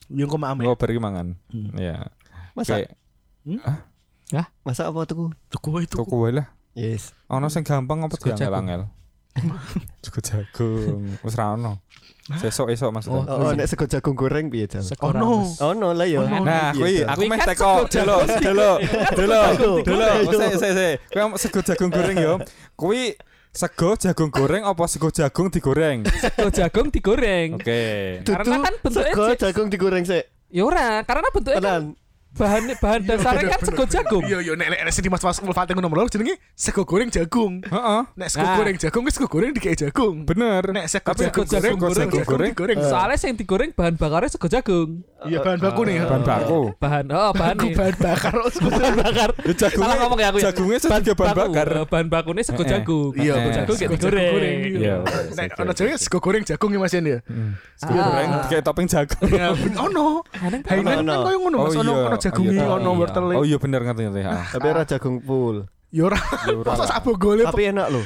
Yang kok maam ya. Ngobar iki mangan. Hmm. Ya. Masa Kayak masa apa tuku? Tuku itu. tuku wae lah. Yes. Ono sing gampang apa Sego jagung. diangel-angel. Sego jagung. Wis ra ono. Sesuk-esuk maksudnya. Oh, nek sego jagung goreng piye, Jal? Oh no. Oh no lah ya. Oh, no. Nah, kuwi Iya, aku Kuwi meh kan teko sego delo delo delo Jagung. delo. Jagung. Oh, Sik sik sik. Kuwi om- sego jagung goreng yo. Kuwi sego jagung goreng apa sego jagung digoreng? Sego jagung digoreng. Oke. Karena kan bentuknya sego cek- jagung digoreng sik. Ya ora, karena bentuknya kan Tenan. bahan bahan dasarnya kan Iya, bener, sego jagung. Iya iya nek nek nek sing dimas mas Mulfate ngono lho jenenge sego goreng jagung. Heeh. Nek sego Nah. goreng jagung ki sego goreng dikek jagung. Bener. Nek sego Tapi jagung sego goreng jagung goreng goreng, goreng goreng. goreng. Soalnya yang digoreng bahan bakarnya sego jagung. Iya bahan baku nih. Bahan baku. Bahan oh bahan Aku bahan bakar. oh, bahan bakar. Ya, Salah Jagungnya ngomong ya aku ya. jagungnya setiga bahan bakar. Eh, Bahan bakunya sego Eh, eh. jagung. Iya, Sego eh, jagung kayak Sego digoreng. Iya, Iya. Nek oke, ono oke, jenenge sego goreng jagung ya Mas Yan ya. Hmm. Sego Ah. goreng kayak topping jagung. Ya ben- ono. Kadang kan- Hainan Ono, kan ono. koyo ngono Mas Oh, ono iya. ono jagunge Iya, iya. ono wortele. Oh iya bener ngerti ngerti. ah. Tapi ora jagung full. Ya ora. Ya, ora Masa lah. sak bogole Tapi enak loh.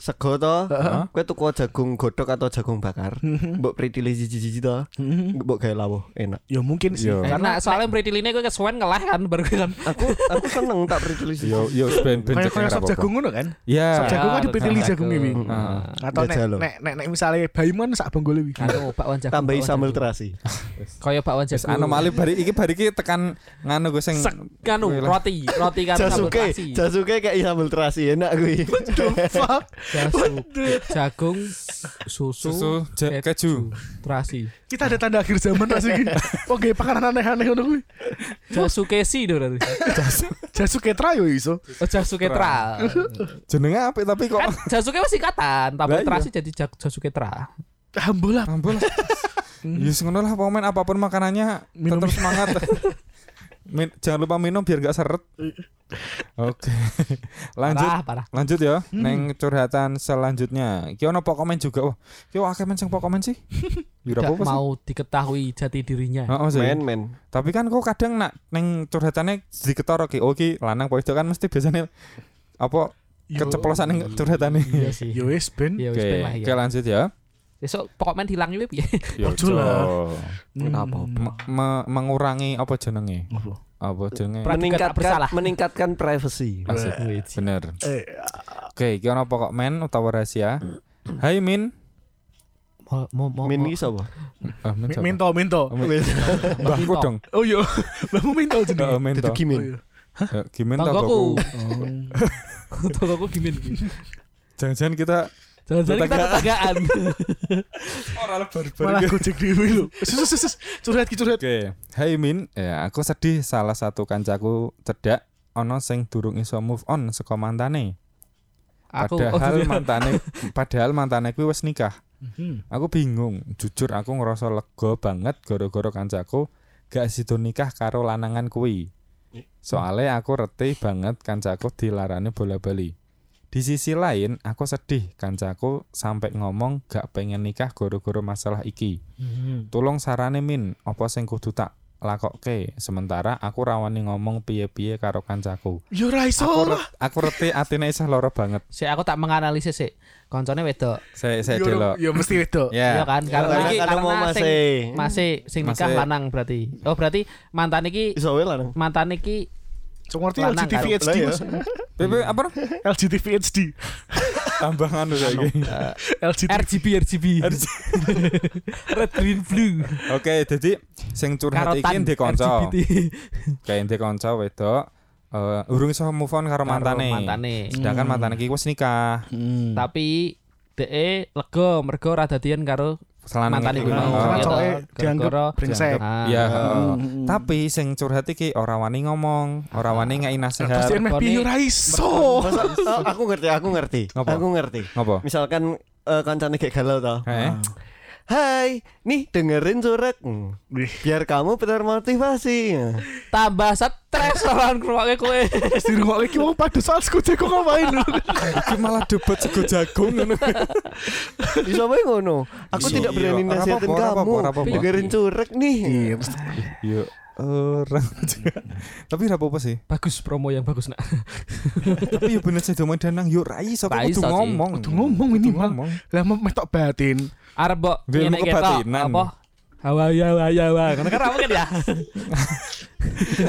sego to Heeh. kowe tuku jagung godhog atau jagung bakar mbok pritile siji-siji to mbok gawe lawuh enak Ya mungkin sih. Yo. Karena soalnya Pretty Lini gue kesuwen ngelah kan baru gue kan. aku aku seneng tak pritile siji Yo iya, yo ben ben Kayak cek kayak ora sop apa-apa. jagung ngono kan? Sop Ya. jagung kan Ya, dipritili betul. jagung ini. Ah. Heeh. Atau nek Jajal. nek nek nek misalnya bayi mana sak bonggol iki. Anu bakwan jagung. tambahi bakwan sambal jagung. terasi Kayak bakwan Wis jagung. anomali bari iki bari iki tekan nganu gue sing Sek anu roti, roti kan sambal jasuke terasi. jasuke kayak sambal terasi enak kuwi Jasuke, jagung, susu, susu ja- keju. terasi. Kita ada tanda akhir zaman rasa iki. Oh, gawe pakanan aneh-aneh ngono kuwi. Jasuke si itu berarti. Jasuke tra yo iso. Oh, Jasuke tra. Jenenge apik tapi kok Kan Jasuke masih katan, Lah, tapi iya. terasi jadi Jak- Jasuke tra. Alhamdulillah. Ambul. Ya yes, ngono lah pemain apapun makanannya Hmm. Minum. tetap semangat. Min- jangan lupa minum biar gak seret. Oke. Lanjut Parah, parah. lanjut ya. Hmm. Neng curhatan selanjutnya. Ki ono Pokemon juga. Wah, ki akeh men sing Pokemon sih. Ya ora Tidak apa-apa sih. mau diketahui jati dirinya. Heeh, sih. men men Tapi kan kok kadang nak neng curhatannya diketoro ki, oh ki lanang podo kan mesti biasanya apa Yo. keceplosan neng curhatane. Iya sih. Yo wis ben. Ya wis Oke, ben lah, ya. oke lanjut ya. Besok pokoknya hilang itu ya. Yo, Ojo lah. Jo. Me- me- mengurangi apa jenenge? Apa? Apa jenenge? Pra- Perhatikan tak meningkatkan bersalah. meningkatkan privacy Asik. Bener. Eh, Oke, iki ono pokok men utawa rahasia. Hai Min. Mau mau mau. min iki sapa Ah, Min. siapa? minto minto. Oh, Min. Mbahku Minto. dong. Oh yo. Mbahmu minto Heeh, jenenge. Oh, Oh, Min itu toh. gimin Eh, Gimin toh, Tanggoku. Goku. Tanggoku gimin. Jangan-jangan kita Jangan-jangan kita tetanggaan. Malah gojek dhewe lho. Sus sus sus. Curhat ki curhat. Oke, Hai Min, ya aku sedih salah satu kancaku cedak ono sing durung iso move on saka mantane. Aku oh, Padahal mantane padahal mantane kuwi wis nikah. Aku bingung, jujur aku ngerasa lega banget gara-gara kancaku gak sido nikah karo lanangan kuwi. Soale aku reti banget kancaku dilarani bola-bali. Di sisi lain, aku sedih kancaku sampai ngomong gak pengen nikah gara-gara masalah iki. Tolong sarane Min, apa sing kudu tak lakokke? Sementara aku rawani ngomong piye-piye karo kancaku. Yo ra iso. Aku, ora. ret- aku reti atine isih lara banget. Si aku tak menganalisis sih. Koncone wedok. Saya saya Yo, delok. Yo mesti wedok. Iya Ya. kan? Karena Karena- karena mau karena masih. sing masih sing nikah Masih. lanang berarti. Oh, berarti mantan iki iso wae lanang mantan iki Cuk ngerti Lanang, LGTV kan? HD Lah, Mas. Bebe, apa? LGTV HD. Tambangan udah iki. Er. LGTV. RGB RGB. Red green blue. Oke, jadi sing curhat iki Karotan ndek kanca. LGBT. Kayak ndek kanca wedok eh, urung iso move on karo Karo mantane. Mantane. Hmm. Sedangkan mantane iki wis nikah. Tapi DE lega mergo ora dadian karo Selain mantane ngene. kuwi. Oh, Karena Iya toh? cowoknya dianggap Gara-gara- eh, brengsek. Ah. Ya, heeh. tapi sing curhat iki ora wani ngomong, ora wani Ah. ngei Pasti nasihat. meh Merkone- piye ra iso. Masa- oh, aku ngerti aku ngerti Apa? aku ngerti Ngopo? misalkan eh, kancane kayak galau tau Heeh. Ah. Hai, nih dengerin surat Hmm. Wih. biar kamu termotivasi. tambah stres orang keluarga kowe. Wis dirungokke ki wong padha soal skute kok ngapain lho. Iki malah debat sego jagung ngono. Bisa wae ngono. Aku Iya. tidak berani Iya. Ora nasihatin apa-apa, ora kamu. apa-apa, ora apa-apa. Dengerin curek nih. Iya, Yo orang juga. Tapi ora apa-apa sih. Bagus promo yang bagus nak. Tapi yo bener sih domain danang yo ra iso Ra kok kudu iso sih. ngomong. Kudu ngomong minimal. ngomong. Lah mau metok batin. Arep mbok Nggih, ngene mau ketok, kebatinan. apa? Hawa ya hawa ya hawa. Karena kan mungkin ya.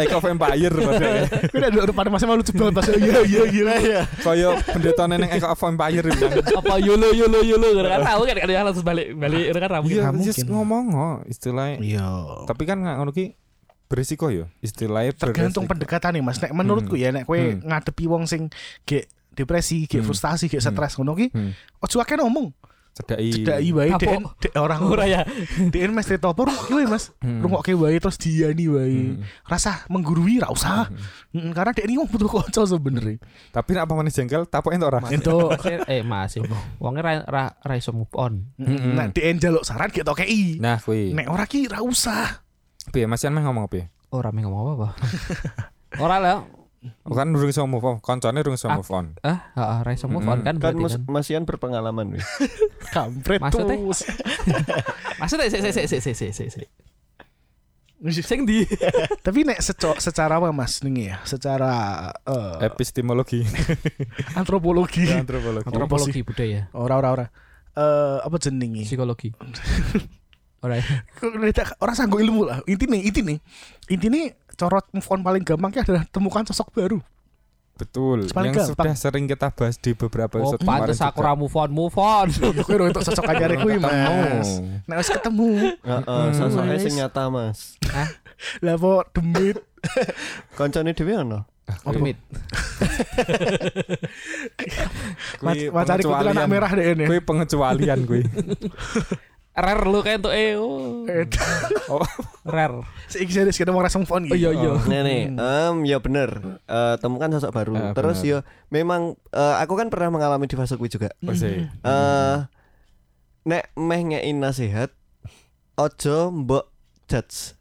Eko Vampire ya. padahal. Kuwi nek depan masa malu coba pas iya iya iya iya. Kaya pendeta neneng Eko Vampire bilang. Apa yolo yolo yolo kan tahu kan kan ya langsung balik balik kan ra mungkin. Iya, mungkin. just ngomong oh, istilahnya. Iya. Tapi kan nggak ngono ki berisiko yo, istilahnya Tergantung berisiko. pendekatan nih Mas. Nek menurutku ya nek kowe Hmm. ngadepi wong sing gek depresi, gek Hmm. frustasi, gek stres ngono ki, Hmm. Iya. ojo akeh ngomong. Cedai. Cedaki wae Apa? dek dek orang Ora ya. Dien mesti topo rungok wae Mas. Hmm. Rungokke wae terus diani wae. Hmm. Rasa menggurui ra usah. Mm, Karena dek ini wong butuh kanca sebenarnya. Tapi nak pamane jengkel tapoke entuk ora? Entuk. Eh masih. Wonge ra ra ra iso move on. Mm-mm. Nek dien njaluk saran gek tokei. Hmm. Nah, kuwi. Nek ora ki ra usah. Piye Mas Ian meh ngomong piye? Ora meh Oh, ngomong apa-apa. Ora lah. Oh, Kan durung iso move on, koncone durung iso Ah. move on. Ah, heeh, ra iso move Hmm. on kan Kan berarti Mas, kan. Mas Ian berpengalaman wis. Kampret Maksudnya? terus. Maksudnya sik sik sik sik sik sik sik. Sing di Tapi nek seco- secara apa Mas nih ya? Secara eh, epistemologi Iya, antropologi antropologi. Antropologi. antropologi budaya, Iya, Ora ora ora. Eh apa jenenge? psikologi. Alright. Kok ngedak- Orang sanggup ilmu lah. Intine intine. Intine corot move on paling gampang adalah temukan sosok baru. betul Paling yang gampang. sudah sering kita bahas di beberapa Oh, episode kemarin pantes aku juga. ra move on, move on. Untuk kowe untuk sosok anyar kuwi Mas. Ketemu. Nek wis ketemu, Heeh, sosoknya Hmm. sing nyata, Mas. lah kok demit Koncone dhewe ono. Limit. Kui macari kutil anak pengecualian. merah deh ini. Kui pengecualian kui Rare lu kayak tuh eh. oh. Eh, Rare. Seiki serius kita mau rasa move on gitu. iya. Nih nih, em, ya bener. Eh, temukan sosok baru. Hmm. Eh, Terus bener. ya memang eh, aku kan pernah mengalami di fase kuwi juga. Masih. Eh hmm. nek meh ngei nasihat ojo mbok judge.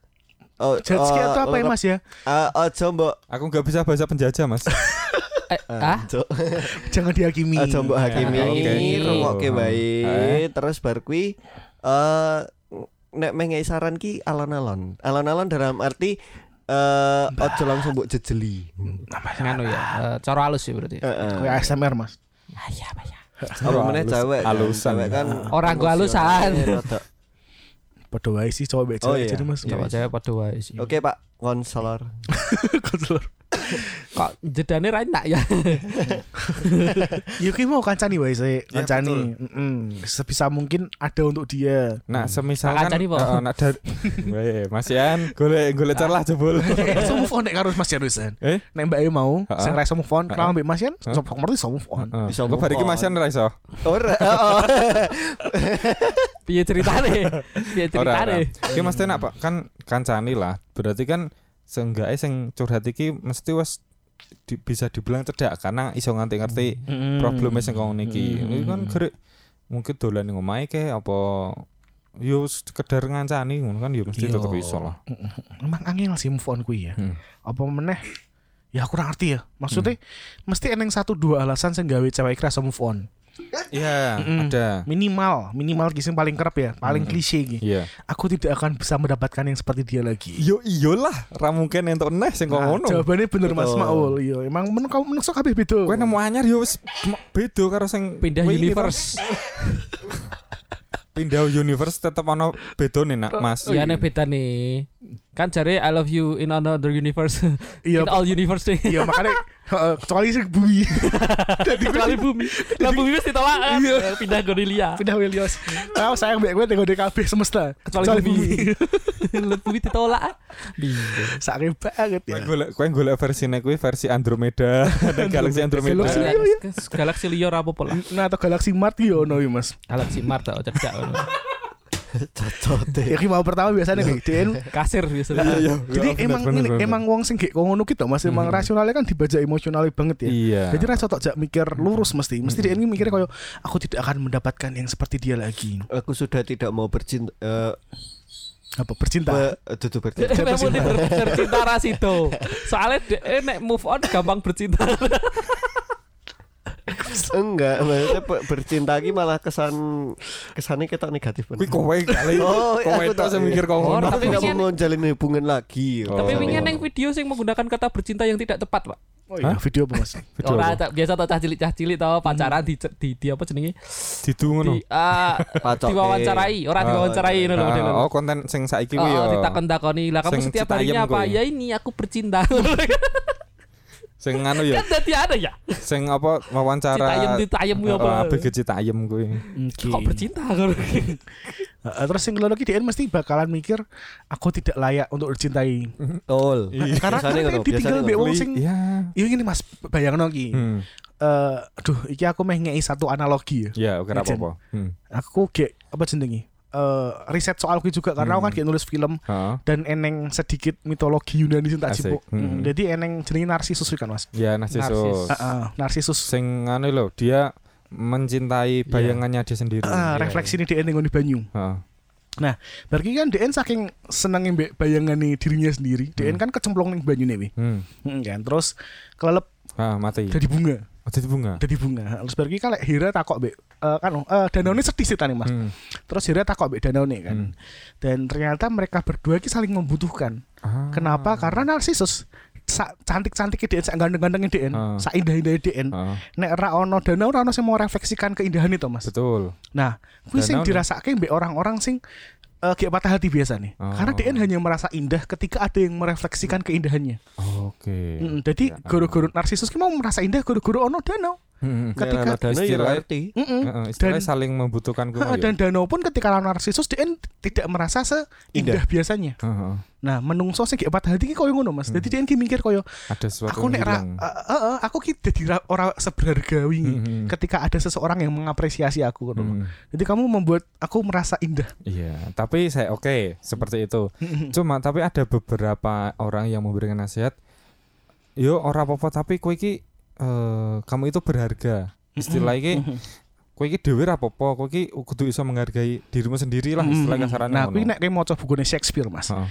O- Jet eh, ski atau apa ya lengkap- Mas ya? eh, ojo mbok Aku nggak bisa bahasa penjajah mas Eh, ah? Ojo- Jangan dihakimi. ojo mbok hakimi, Oke. rungokke Eh. bae. Terus bar kuwi eh nek meh ngei saran ki alon-alon. Alon-alon dalam arti eh ojo langsung mbok jejeli. Nganu ya. eh, Cara halus ya berarti. Heeh. Kayak ASMR Mas. Iya, iya. Apa meneh Halus- cewek? kan? halusan. Cewek kan Orang gua halusan. emosionalnya rada- Padha wae sih cowok becak Oh, iya. jadi Mas. Coba cewek pada wae sih. Oke, Pak. Konselor. Konselor. Kok jedane ra enak ya? Ya ki mau kancani wae sih, Ya, kancani. Mm-mm. Sebisa mungkin ada untuk dia. Nah semisal kan Kancani, Pak. eh, nak dar- Weh, Mas Ian Golek golek celah jebul Rasa move on nek karo Mas Janusan. Eh? Nek Mbak E mau Ha-ha. sing rasa move on Ha-ha. kalau ambek Mas Yan, Ha-ha. sosok ngerti so move on. Heeh. Bisa Kok move bar iki on. Mas Ian ora iso? Ora. oh, oh. Piye ceritane? Piye Ora, ora. ceritane? Ki mesti nak Pak, kan kancani lah. Berarti kan seenggaknya sing curhat iki mesti wis di- bisa dibilang cedak karena iso nganti ngerti Hmm. problemnya sing kono iki. Hmm. Ini kan gerik mungkin dolan ning omahe ke apa yo sekedar ngancani ngono kan yo mesti Iya. tetep iso lah. Emang angel sih move on kuwi ya. Hmm. Apa meneh? Ya aku kurang ngerti ya. Maksudnya mesti eneng satu dua alasan sing gawe cewek iki rasa move on. Iya, Mm-mm. ada. Minimal, minimal ki sing paling kerap ya, paling klise iki. Iya. Aku tidak akan bisa mendapatkan yang seperti dia lagi. Yo iyalah, ra mungkin entuk neh sing kok Ah, Nah, ngono. jawabannya bener Mas Betul. Maul. Iya, emang men kamu menusuk kabeh beda. Kowe nemu anyar yo wis m- beda karo sing Pindah kowe iki universe. tau. Pindah universe tetep ono bedone nak Mas. Oh, Iya aneh beda nih. Kan jare I love you in another universe. Iya, in all universe nih. Iya makanya heeh, kecuali sih bumi. Jadi gue Kecuali bumi. Lah bumi wis ditolak. kan? Pindah Gorilia. pindah Wilios. Tahu sayang mbak gue tengok DKB semesta. Kecuali bumi. Lah bumi ditolak. Bingung. Sakit banget Kowe ya. golek kowe golek versine kuwi versi Andromeda, ada galaksi Galaxy Andromeda. Leo ya. Galaxy Leo apa pola? Nah atau Galaxy Mart yo no ya, mas. Galaxy Mart oh, cedak ngono. Cocote. Ya ki mau pertama biasanya kayak gitu. Kasir biasanya. Iya, Jadi bener, emang bener, ini- bener. emang wong sing gak ngono gitu mas. Emang rasionalnya kan dibaca emosionalnya banget ya. Iya. Jadi rasa tok jak mikir lurus mesti. Mesti dia ini mikirnya kayak aku tidak akan mendapatkan yang seperti dia lagi. Aku sudah tidak mau bercinta eh Apa bercinta? be- tutup bercinta. Kenapa nih ber- bercinta Rasido? Soalnya de- eh, nek move on gampang bercinta. Enggak, maksudnya be- bercinta lagi malah kesan kesannya kita negatif Kuwi bener. kowe kali. Oh, iya, kowe aku tak tak- sing mikir kok ngono. Oh, Tapi Tapi nggak wingi- mau menjalin hubungan lagi. Oh. Tapi Oh. wingi iya. neng video sing menggunakan kata bercinta yang tidak tepat, Pak. Oh iya, Hah? video apa mas? Video Ora apa? tak- biasa tau cah cilik-cah cilik tau pacaran di, di, di apa jenenge? Didu ngono. Di eh, Pacoke. diwawancarai, ora Ah, diwawancarai ngono Ah, modelnya. Oh, konten sing saiki Oh, kuwi oh, ya. ditakon-takoni lah kamu Sing setiap Citayam harinya apa kuwi. ya ini aku bercinta Sing anu ya, kan tadi ada ya sing apa citayem wawancara. ditayem kuwi apa Oh, abg citayem kuwi. kok bercinta kan Heeh, terus yang lagi dia mesti bakalan mikir aku tidak layak untuk dicintai. Betul. Karena Iya, Biasanya kan ngono, ditinggal biasanya mbek wong Kuwi- sing Iya. Iya gini Mas, bayangno iki. Eh Hmm. aduh, iki aku meh ngei satu analogi ya. Ya, oke Legend. apa-apa. Hmm. Aku ge apa jenenge? Eh riset soal kuwi juga karena aku Hmm. kan ge nulis film Heeh. dan eneng sedikit mitologi Yunani sing tak Asik. jipuk. Hmm. Jadi eneng jenenge narsisus iki kan Mas. Ya, narsisus. Narsis. Heeh, narsisus. sing anu lho dia mencintai bayangannya dia sendiri. Iya. Heeh, Iya. Ah, refleksi ini dia nengoni banyu. Heeh. Berarti kan DN saking senenge mbek bayangane dirinya sendiri. DN kan kecemplung ning banyune wi. Hmm. Heeh, kan. Terus kelelep Ah, mati. jadi bunga. Oh, jadi bunga. Jadi bunga. Terus baru ki kalek Hira takok mbek eh, kan eh Danone sedih sih tani Mas. Hmm. Terus Hira takok mbek Danone kan. Hmm. Dan ternyata mereka berdua ki saling membutuhkan. Ah. Kenapa? Karena narsisus Sa- cantik-cantik DN, sak ganteng-ganteng DN, Ah. sak indah-indah DN. Ah, Nek ra ono Danau ra ono sing mau refleksikan keindahan itu, Mas. betul. Nah, kuwi sing Danau nih. dirasake mbek orang-orang sing eh kayak patah hati biasa nih. Oh. Hmm. Karena DN hanya merasa indah ketika ada yang merefleksikan keindahannya. Oke. Mm, jadi Ya. guru-guru narsisus ki mau merasa indah guru-guru ono danau. Hmm, Nah, Ketika- Dana ya Istilah- ngerti. Mm-mm. Heeh, iya. istilahnya Dan- saling ya. membutuhkan Ha, kuwi. dan danau pun ketika lawan narsisus DN tidak merasa seindah biasanya. Heeh. Nah, menungso sing gak patah hati ki koyo ngono Hmm. Mas. Jadi DN ki mikir koyo Ada sesuatu aku nek yang ra hilang. eh, eh, eh, aku ki dadi ra- ora seberharga wingi Hmm, hmm. ketika ada seseorang yang mengapresiasi aku ngono. Hmm. Jadi kamu membuat aku merasa indah. Iya, tapi saya oke seperti itu. Cuma tapi ada beberapa orang yang memberikan nasihat. Yo ora apa-apa tapi kowe iki eh, kamu itu berharga. Istilah iki kowe iki dhewe ra apa-apa, kowe iki kudu iso menghargai dirimu sendiri lah istilah kasarane. nah, ngono. kuwi nek maca bukune Shakespeare, Mas. Heeh.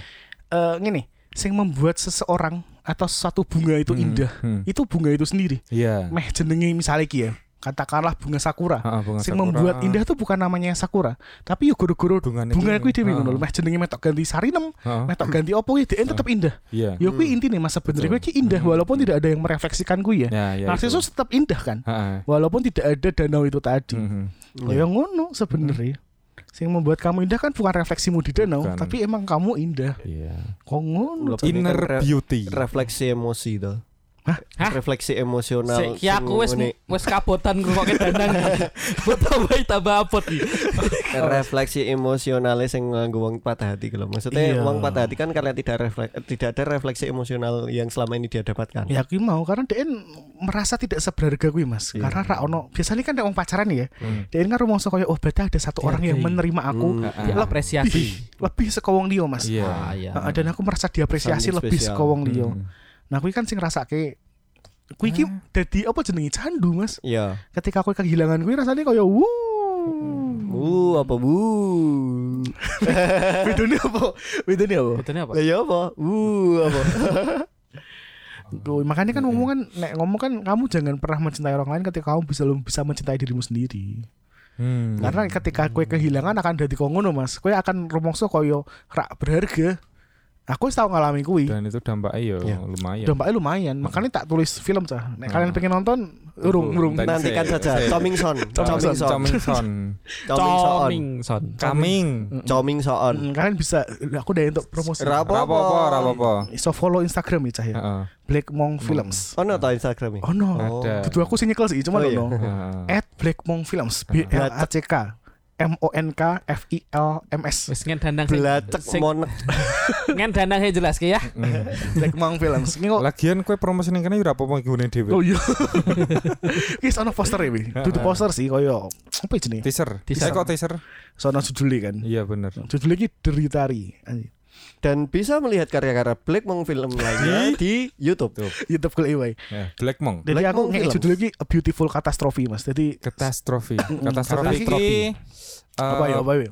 Eh ngene, sing membuat seseorang atau satu bunga itu Hmm, indah, hmm. itu bunga itu sendiri. Iya. Meh jenenge misalnya ki ya, katakanlah bunga sakura. Heeh, Ah, bunga sing sakura. membuat indah tuh bukan namanya sakura, tapi yo guru-guru Bungane bunga iki. Ah. kuwi dhewe Heeh. ngono lho. Meh jenenge metok ganti sarinem, Heeh. metok ganti opo kuwi dhek tetep indah. Iya. Yo kuwi intine Mas sebenarnya kuwi ki indah walaupun tidak ada yang merefleksikan kuwi ya. Ya, Hmm. ya. itu. Narsisus tetap indah kan? Heeh. Walaupun tidak ada danau itu tadi. Mhm. Lah ya ngono sebenarnya. Sing membuat kamu indah kan bukan refleksimu di danau, Bukan. tapi emang kamu indah. Iya. Kok ngono? Lebih Inner kan re- beauty. refleksi emosi to. Hah? Hah? Refleksi emosional. Sik, ya sing aku wis ngene. wis kabotan kok ke dandang. Buat tambah tambah apot iki. refleksi emosionalnya sing nganggo wong patah hati kalau maksudnya Iya. wong patah hati kan karena tidak refleks tidak ada refleksi emosional yang selama ini dia dapatkan. Ya aku mau karena dia merasa tidak seberharga kuwi Mas. Karena ra ono biasanya kan nek wong pacaran ya. Mm. Dia kan rumangsa kayak oh berarti ada satu orang yang menerima aku Hmm. Heeh. Lah, lebih Apresiasi. lebih saka wong liya Mas. Iya. Ah, iya. Heeh, dan aku merasa diapresiasi Something lebih spesial. saka wong liya. Mhm. Nah, kuwi kan sing ngrasake kuwi ki dadi apa jenenge candu Mas. Iya. Ketika aku kehilangan kuwi rasanya kayak wuh. Wuh apa wuh. Bedone apa? Bedone apa? Betulnya apa? Lah ya apa? Wuh apa? Tuh, makanya kan ngomong kan nek ngomong kan kamu jangan pernah mencintai orang lain ketika kamu bisa bisa mencintai dirimu sendiri. Hmm. Karena ketika kue kehilangan akan dadi kok ngono Mas. Kue akan rumongso koyo rak berharga. Aku wis tau ngalami kuwi. dan iya. Hmm. itu dampaknya yo Ya. Iya. lumayan. Dampaknya lumayan. Makanya tak tulis film cah. Nek Hmm. kalian pengen nonton urung urung. Tadi Nantikan saya- saja. eh. saya- Comingson. Coming Comingson. Comingson. Comingson. Coming. Comingson. Mm, Kalian bisa aku udah untuk promosi. Rapo Rapopo, rapopo. So follow Instagram ya cah ya. Heeh. Black Hmm. Monk Films. Ono ta Instagram Oh Oh. no. Ada. Dudu aku Eh, sih nyekel sih, cuma Oh, no, iya. no. Heeh. at Black Monk Films B L A C K M O N K F I L M S Wis ngen dandang sing- Belacek sing- monek. ngen dandang sing jelas ki ya. Black Monk Films ini eh, kok Mm. Lagian kue promosi ning kene yo rapopo nggone oh dhewe. iya ini ono poster ya Wi? Dudu poster sih koyo apa jenis Teaser. Teaser. Saya kok teaser? sono judulnya kan Iya bener. judulnya ini Deritari Anjir. dan bisa melihat karya-karya Black Monk film lainnya di YouTube. YouTube kali anyway Ya, Black Monk. jadi Black aku Monk ngek Films. judulnya ini A Beautiful Catastrophe mas jadi Katastrofi. Katastrofi Katastrofi. iki eh, Mm, apa ya apa ya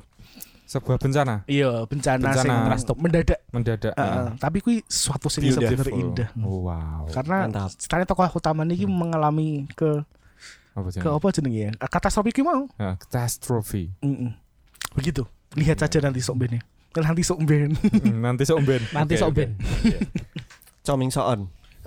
sebuah bencana iya bencana, Bencana. sing Drastis. mendadak mendadak. Mm. Heeh, tapi kui suatu sing Beautiful. sebenarnya indah Mm. Wow. karena Oh, Mantap. Hmm. ceritanya tokoh utama ini mengalami ke Apa ke jenenge? apa jenenge ya katastrofi ki mau Ya, Katastrofi. Mm-mm. Begitu. Lihat saja nanti sokbennya. Nanti sokben. Mm, Nanti sok ben. Nanti Oke, sok oke. ben. Iya. Comingson.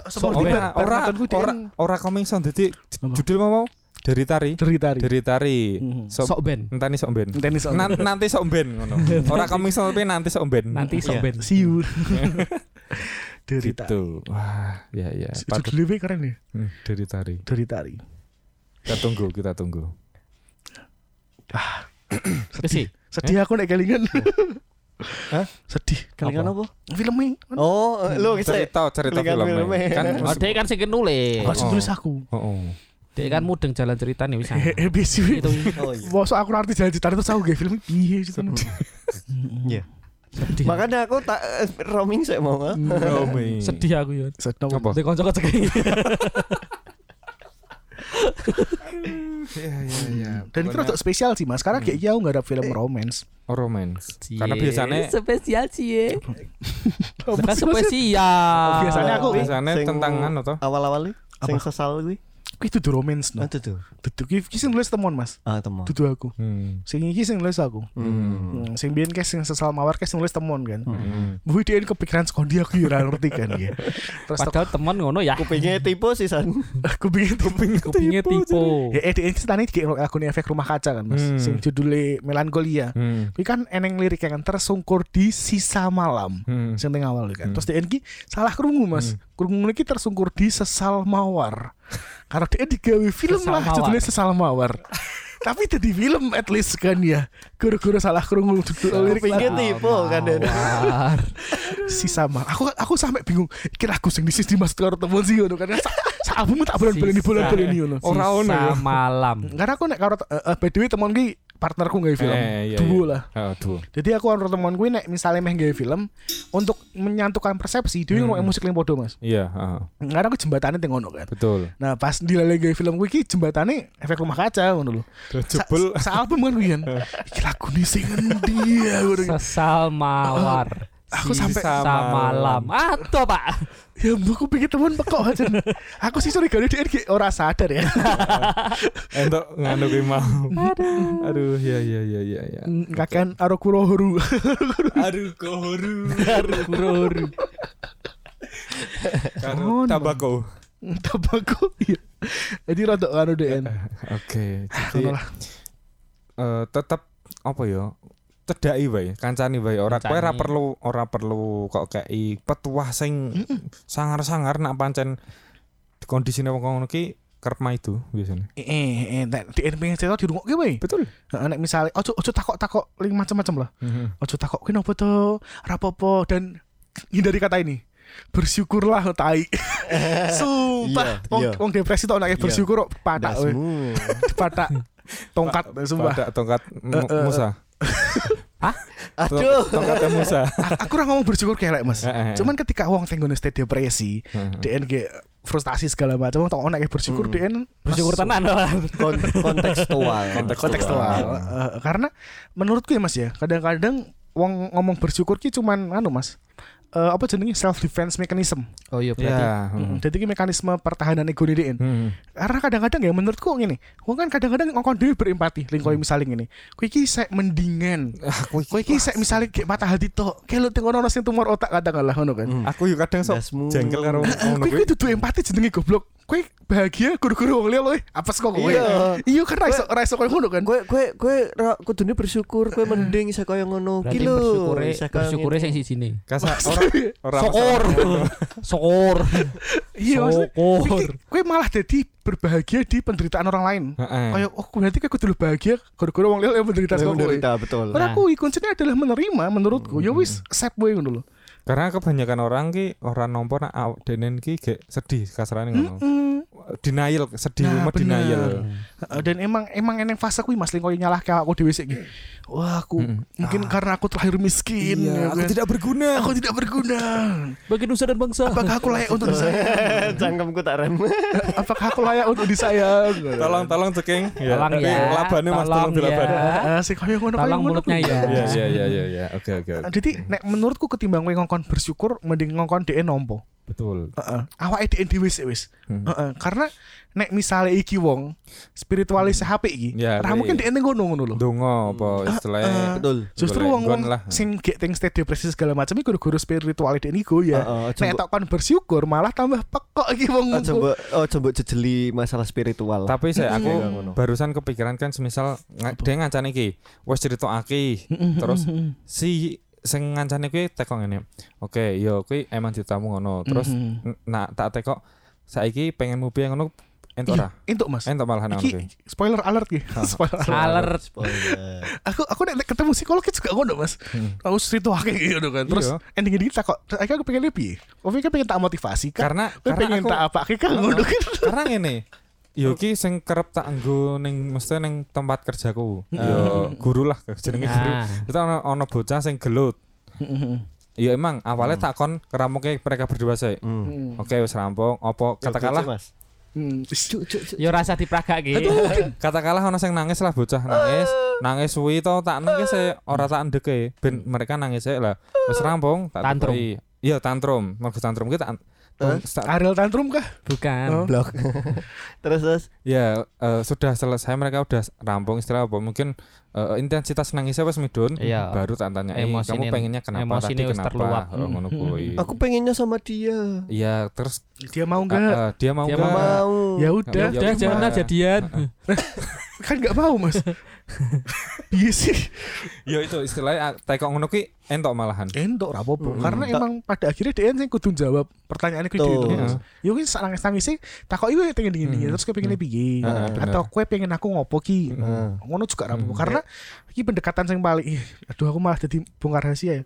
Seperti Ora ora ora ora coming sound dadi Apa? judul mau mau dari tari. ceritari. Dari tari. Mhm. Sok Sok ben. entani sok ben. Nanti sok. Nan- nanti sok ben ngono. Ora coming sound tapi nanti sok ben. Nanti sok Iya. ben. See you. Deritari. gitu. Wah, ya ya. Patut Judulnya weh keren ya. Hmm, dari tari. Deritari. Kita tunggu, kita tunggu. Wis sih. Sedih aku naik kelingan. Hah? Sedih. Kelingan apa? Filmnya. Oh, Oh, lo kisah. Cerita cerita Lingan filmnya. filmnya. Kan Oh, dia kan sing nulis. sing tulis aku. Oh, oh. Dia kan mudeng jalan cerita nih wis. Eh, BC. Itu Oh iya. Masa aku nanti jalan cerita terus aku gak film piye gitu. Iya. sedih. Makanya aku tak eh, roaming saya mau. ah. Nah. Naomi. sedih aku ya. Sedih. Apa? Dia kanca Iya, iya, iya. Dan itu Pokoknya- untuk spesial sih mas Karena kayak jauh gak ada film romance Oh, romance. Karena biasanya Iya. spesial sih. Kan spesial. Biasanya aku- biasanya Sing- tentang anu toh. Awal-awal nih, sing sesal gue. Kuwi dudu romance no. Ah, tuh tuh. Dudu kuwi kuwi sing nulis temuan Mas. Oh. Ah, teman. Dudu aku. Hmm. Sing iki sing nulis aku. Hmm. Hmm, sing biyen kes sing sesal mawar kes nulis temuan kan. Hmm. Buhi dia kepikiran sekondi aku ya ora ngerti kan ya. Terus Padahal temen ngono ya. Kupingnya tipe sih san. aku bikin topeng Oh. Kupingnya tipe. Ya dia tadi kayak lagu efek rumah kaca kan Mas. Hmm. Sing judulnya Melankolia. Hmm. Kuwi kan eneng lirik kan tersungkur di sisa malam. Hmm. sing teng awal kan. Terus DN ki salah krungu Mas. Krungu iki tersungkur di Sesal Mawar. Karena dia digawe film Sesal lah Mawar. judulnya Sesal Mawar. Tapi jadi film at least kan ya. Guru-guru salah krungu judul lirik Kupingnya lah. tipe kan Den. Mawar. sisa mal. Aku aku sampe bingung. Kira aku sing disis dimas karo temen sih ngono kan. Sa, sa album tak bulan-bulan ini Sisa. bulan-bulan ini ngono. Ora ono Sisa ya. malam. Karena aku nek karo eh, eh, by the way temen ki partnerku gawe film. Eh, iya, iya. Duo lah. Oh, duo. Jadi aku karo temen gue nek misalnya meh gawe film untuk menyatukan persepsi, dia Hmm. ngomong musik yang podo, Mas. Iya, ah, Karena aku jembatannya tengok kan. betul. Nah pas dilalui gaya film gue ki jembatannya efek rumah kaca ngono lho. Sa- Jebul. sa album kan gue kan. Iki lagu nih sing endi ya gue kan. Sesal mawar. Aku Sisa sampai Samalam. Atau Pak. ya mbak aku pikir temen pekok aja. aku sih curiga dia kayak orang sadar ya. Entok nganu kuwi mau. Aduh. Aduh, ya ya ya ya ya. Kakan Arokurohuru. Aduh, kohoru. Kurur. Karo Ono. tabako. Tabaku. Iya. Jadi rada anu DN. Oke, jadi Ngono lah. eh, tetep apa ya? Cedaki wae, kancani wae. Ora kowe ora Kancani. perlu ora perlu kok kei petuah sing sangar-sangar nak pancen kondisine wong ngono ki kerep maidu biasanya. Eh, eh, eh, nah, DN pengen cerita di rumah gue, wey. Betul. Nah, Nek misalnya, ojo, ojo takok takok, link macam-macam lah. Mm-hmm. Ojo takok, kenapa tuh, rapopo dan hindari kata ini. Bersyukurlah tai. Sumpah, Iya, wong, iya. wong depresi tau anaknya Iya. bersyukur kok padak weh. Dasmu. padak tongkat sumpah. Pada tongkat Mu- eh, eh. Musa. Aduh. Tongkatnya Musa. Aku ora ngomong bersyukur kelek, Mas. Eh, eh. Cuman ketika wong tenggone state depresi, Hmm. Heeh. DN ge frustasi segala macam, wong tau anaknya bersyukur Mm. DN Bersyukur Mas- tenan. Kon- kontekstual. Kontekstual. kontekstual. Wow. Eh, eh, karena menurutku ya Mas ya, kadang-kadang wong ngomong bersyukur ki cuman anu Mas. eh, apa jenenge self defense mechanism. Oh iya berarti. Ya. Mm. heeh. Hmm. Jadi ki mekanisme pertahanan ego ini, DN. Hmm. Karena kadang-kadang ya menurutku ngene, wong kan kadang-kadang ngongkon dhewe berempati, lingkoe misalnya ngene. Kowe iki sek mendingan. Aku Hmm. Ah, Kowe iki sek misale gek patah hati tok, kayak lu tengok ono sing tumor otak katakanlah ngono kan. aku yuk kadang sok Dasmu. jengkel karo ngono Kowe kuwi. iki dudu empati jenenge goblok. Kowe bahagia guru-guru wong liya loh, apes kok kowe. Iya. Iya kan ra iso ra iso kowe ngono kan. Kowe kowe kowe ra kudune bersyukur, kowe mending isa kaya ngono Berarti ki lho. bersyukure Isa kaya bersyukure ngene. sing siji ne. Kasa ora Sokor. Sokor. Iya maksudnya. kowe Sokor. iki- Kowe malah jadi berbahagia di penderitaan orang lain. Heeh. Kayak oh berarti kowe kudu bahagia guru-guru wong liya yang menderita Kowe kok kowe. menderita betul. Ora Nah. kuwi kuncinya adalah menerima menurutku. Ya wis, accept wae ngono lho. Karena kebanyakan orang ki ora nompo nak awak denen ki gek sedih kasarane ngono. Hmm. Denial, sedih Nah, rumah bener. denial. Uh, dan emang emang eneng fase kuwi Mas Lingkoy nyalah kayak aku dhewe sik iki. Wah, aku mungkin karena aku terlahir miskin ya Ah. Iya, aku kan. tidak berguna. aku tidak berguna. Bagi nusa dan bangsa. Apakah aku layak untuk disayang? Cangkemku tak rem. Apakah aku layak untuk disayang? Tolong tolong ceking ya. Tolong Tapi ya. labane Mas tolong dilabane. Ah, sing kaya ngono kaya Tolong ngono mulutnya kuwi. ya. Iya, iya, iya, iya, iya. Oke, oke. oke. Jadi nek menurutku ketimbang kowe ngongkon bersyukur mending ngongkon dhek nompo. Betul. Heeh. Awake dhek dhewe sik wis. Hmm. Heeh. Karena nek misalnya iki wong spiritualis HP iki, Ya, ra kuwi. mungkin dhek ngono ngono lho. Dongo apa istilahnya? Betul. Justru Golek wong wong nggon lah. sing gek teng state depresi segala macam iki guru-guru spiritual dhek niku ya. Heeh, oh, aja Nek mbok- tok kon bersyukur malah tambah pekok iki wong. Ah, aja mbok aja mbok jejeli masalah spiritual. Tapi saya aku Iya, ngono. barusan kepikiran kan semisal nga, dia ngancane iki, wis critakake terus si sing ngancane kuwi teko ngene. Oke, yo kuwi emang ditamu ngono. Terus Mhm. n- nak tak teko saiki pengen mobil yang ngono entuk ora? Iya, entuk Mas. Entuk Ah. malahan ngono kuwi. Iki spoiler alert iki. spoiler alert. Alert. Oh, iya. Aku aku nek ketemu psikolog iki juga ngono Mas. Aku cerita akeh gitu kan. Terus Hmm. Iya. ending ending tak kok akhirnya aku pengen lebih. Aku pikir pengen tak motivasi kan. Karena Aku karena pengen aku tak apa kan ngono kan. karena ngene. Yo ki sing kerep tak nggo ning mesti ning tempat kerjaku. Yo guru lah jenenge guru. Nah. Itu ono ono bocah sing gelut. Ya emang awalnya Mm. tak kon keramuke mereka berdua sih. Hmm. Oke wis rampung. Apa Ya, katakanlah Hmm, is- Yo rasa dipragake. katakanlah ono sing nangis lah bocah nangis nangis suwi to tak nangis e ora tak endeke ben mereka nangis e lah wis rampung tak Tantrum. tutupi. iya tantrum mergo tantrum ki tak Terus? Sa- Ariel tantrum kah? Bukan. blok terus terus ya eh, sudah selesai mereka udah rampung istilah apa mungkin eh, intensitas nangisnya pas midun Iya. baru tak tanya eh, Emosi kamu ini- pengennya kenapa tadi emosi ini wis kenapa terluap. Hmm. Oh, ngono kuwi. aku pengennya sama dia Iya terus Dia mau eh, nggak? eh, dia mau Dia nggak? mau ya udah, Ya Udah cuma- jangan lah jadian. kan nggak mau mas. Iya sih. Ya itu istilahnya ah, tekok ngono ki entok malahan. Endok rapopo. Mm-mm. Karena Tak- emang pada akhirnya dia sih kudu jawab pertanyaan itu. Tuh. Heeh. Iya. Yo kan sak nangis nangis sih. Takok iku ya pengen dingin dingin. Mm. Terus kepengen Mm. piye? Ah, bener. Atau kue pengen aku ngopo ki? Heeh. Ngono juga rapopo. Mm. Karena ini pendekatan yang paling. Ih, Aduh aku malah jadi bongkar rahasia ya.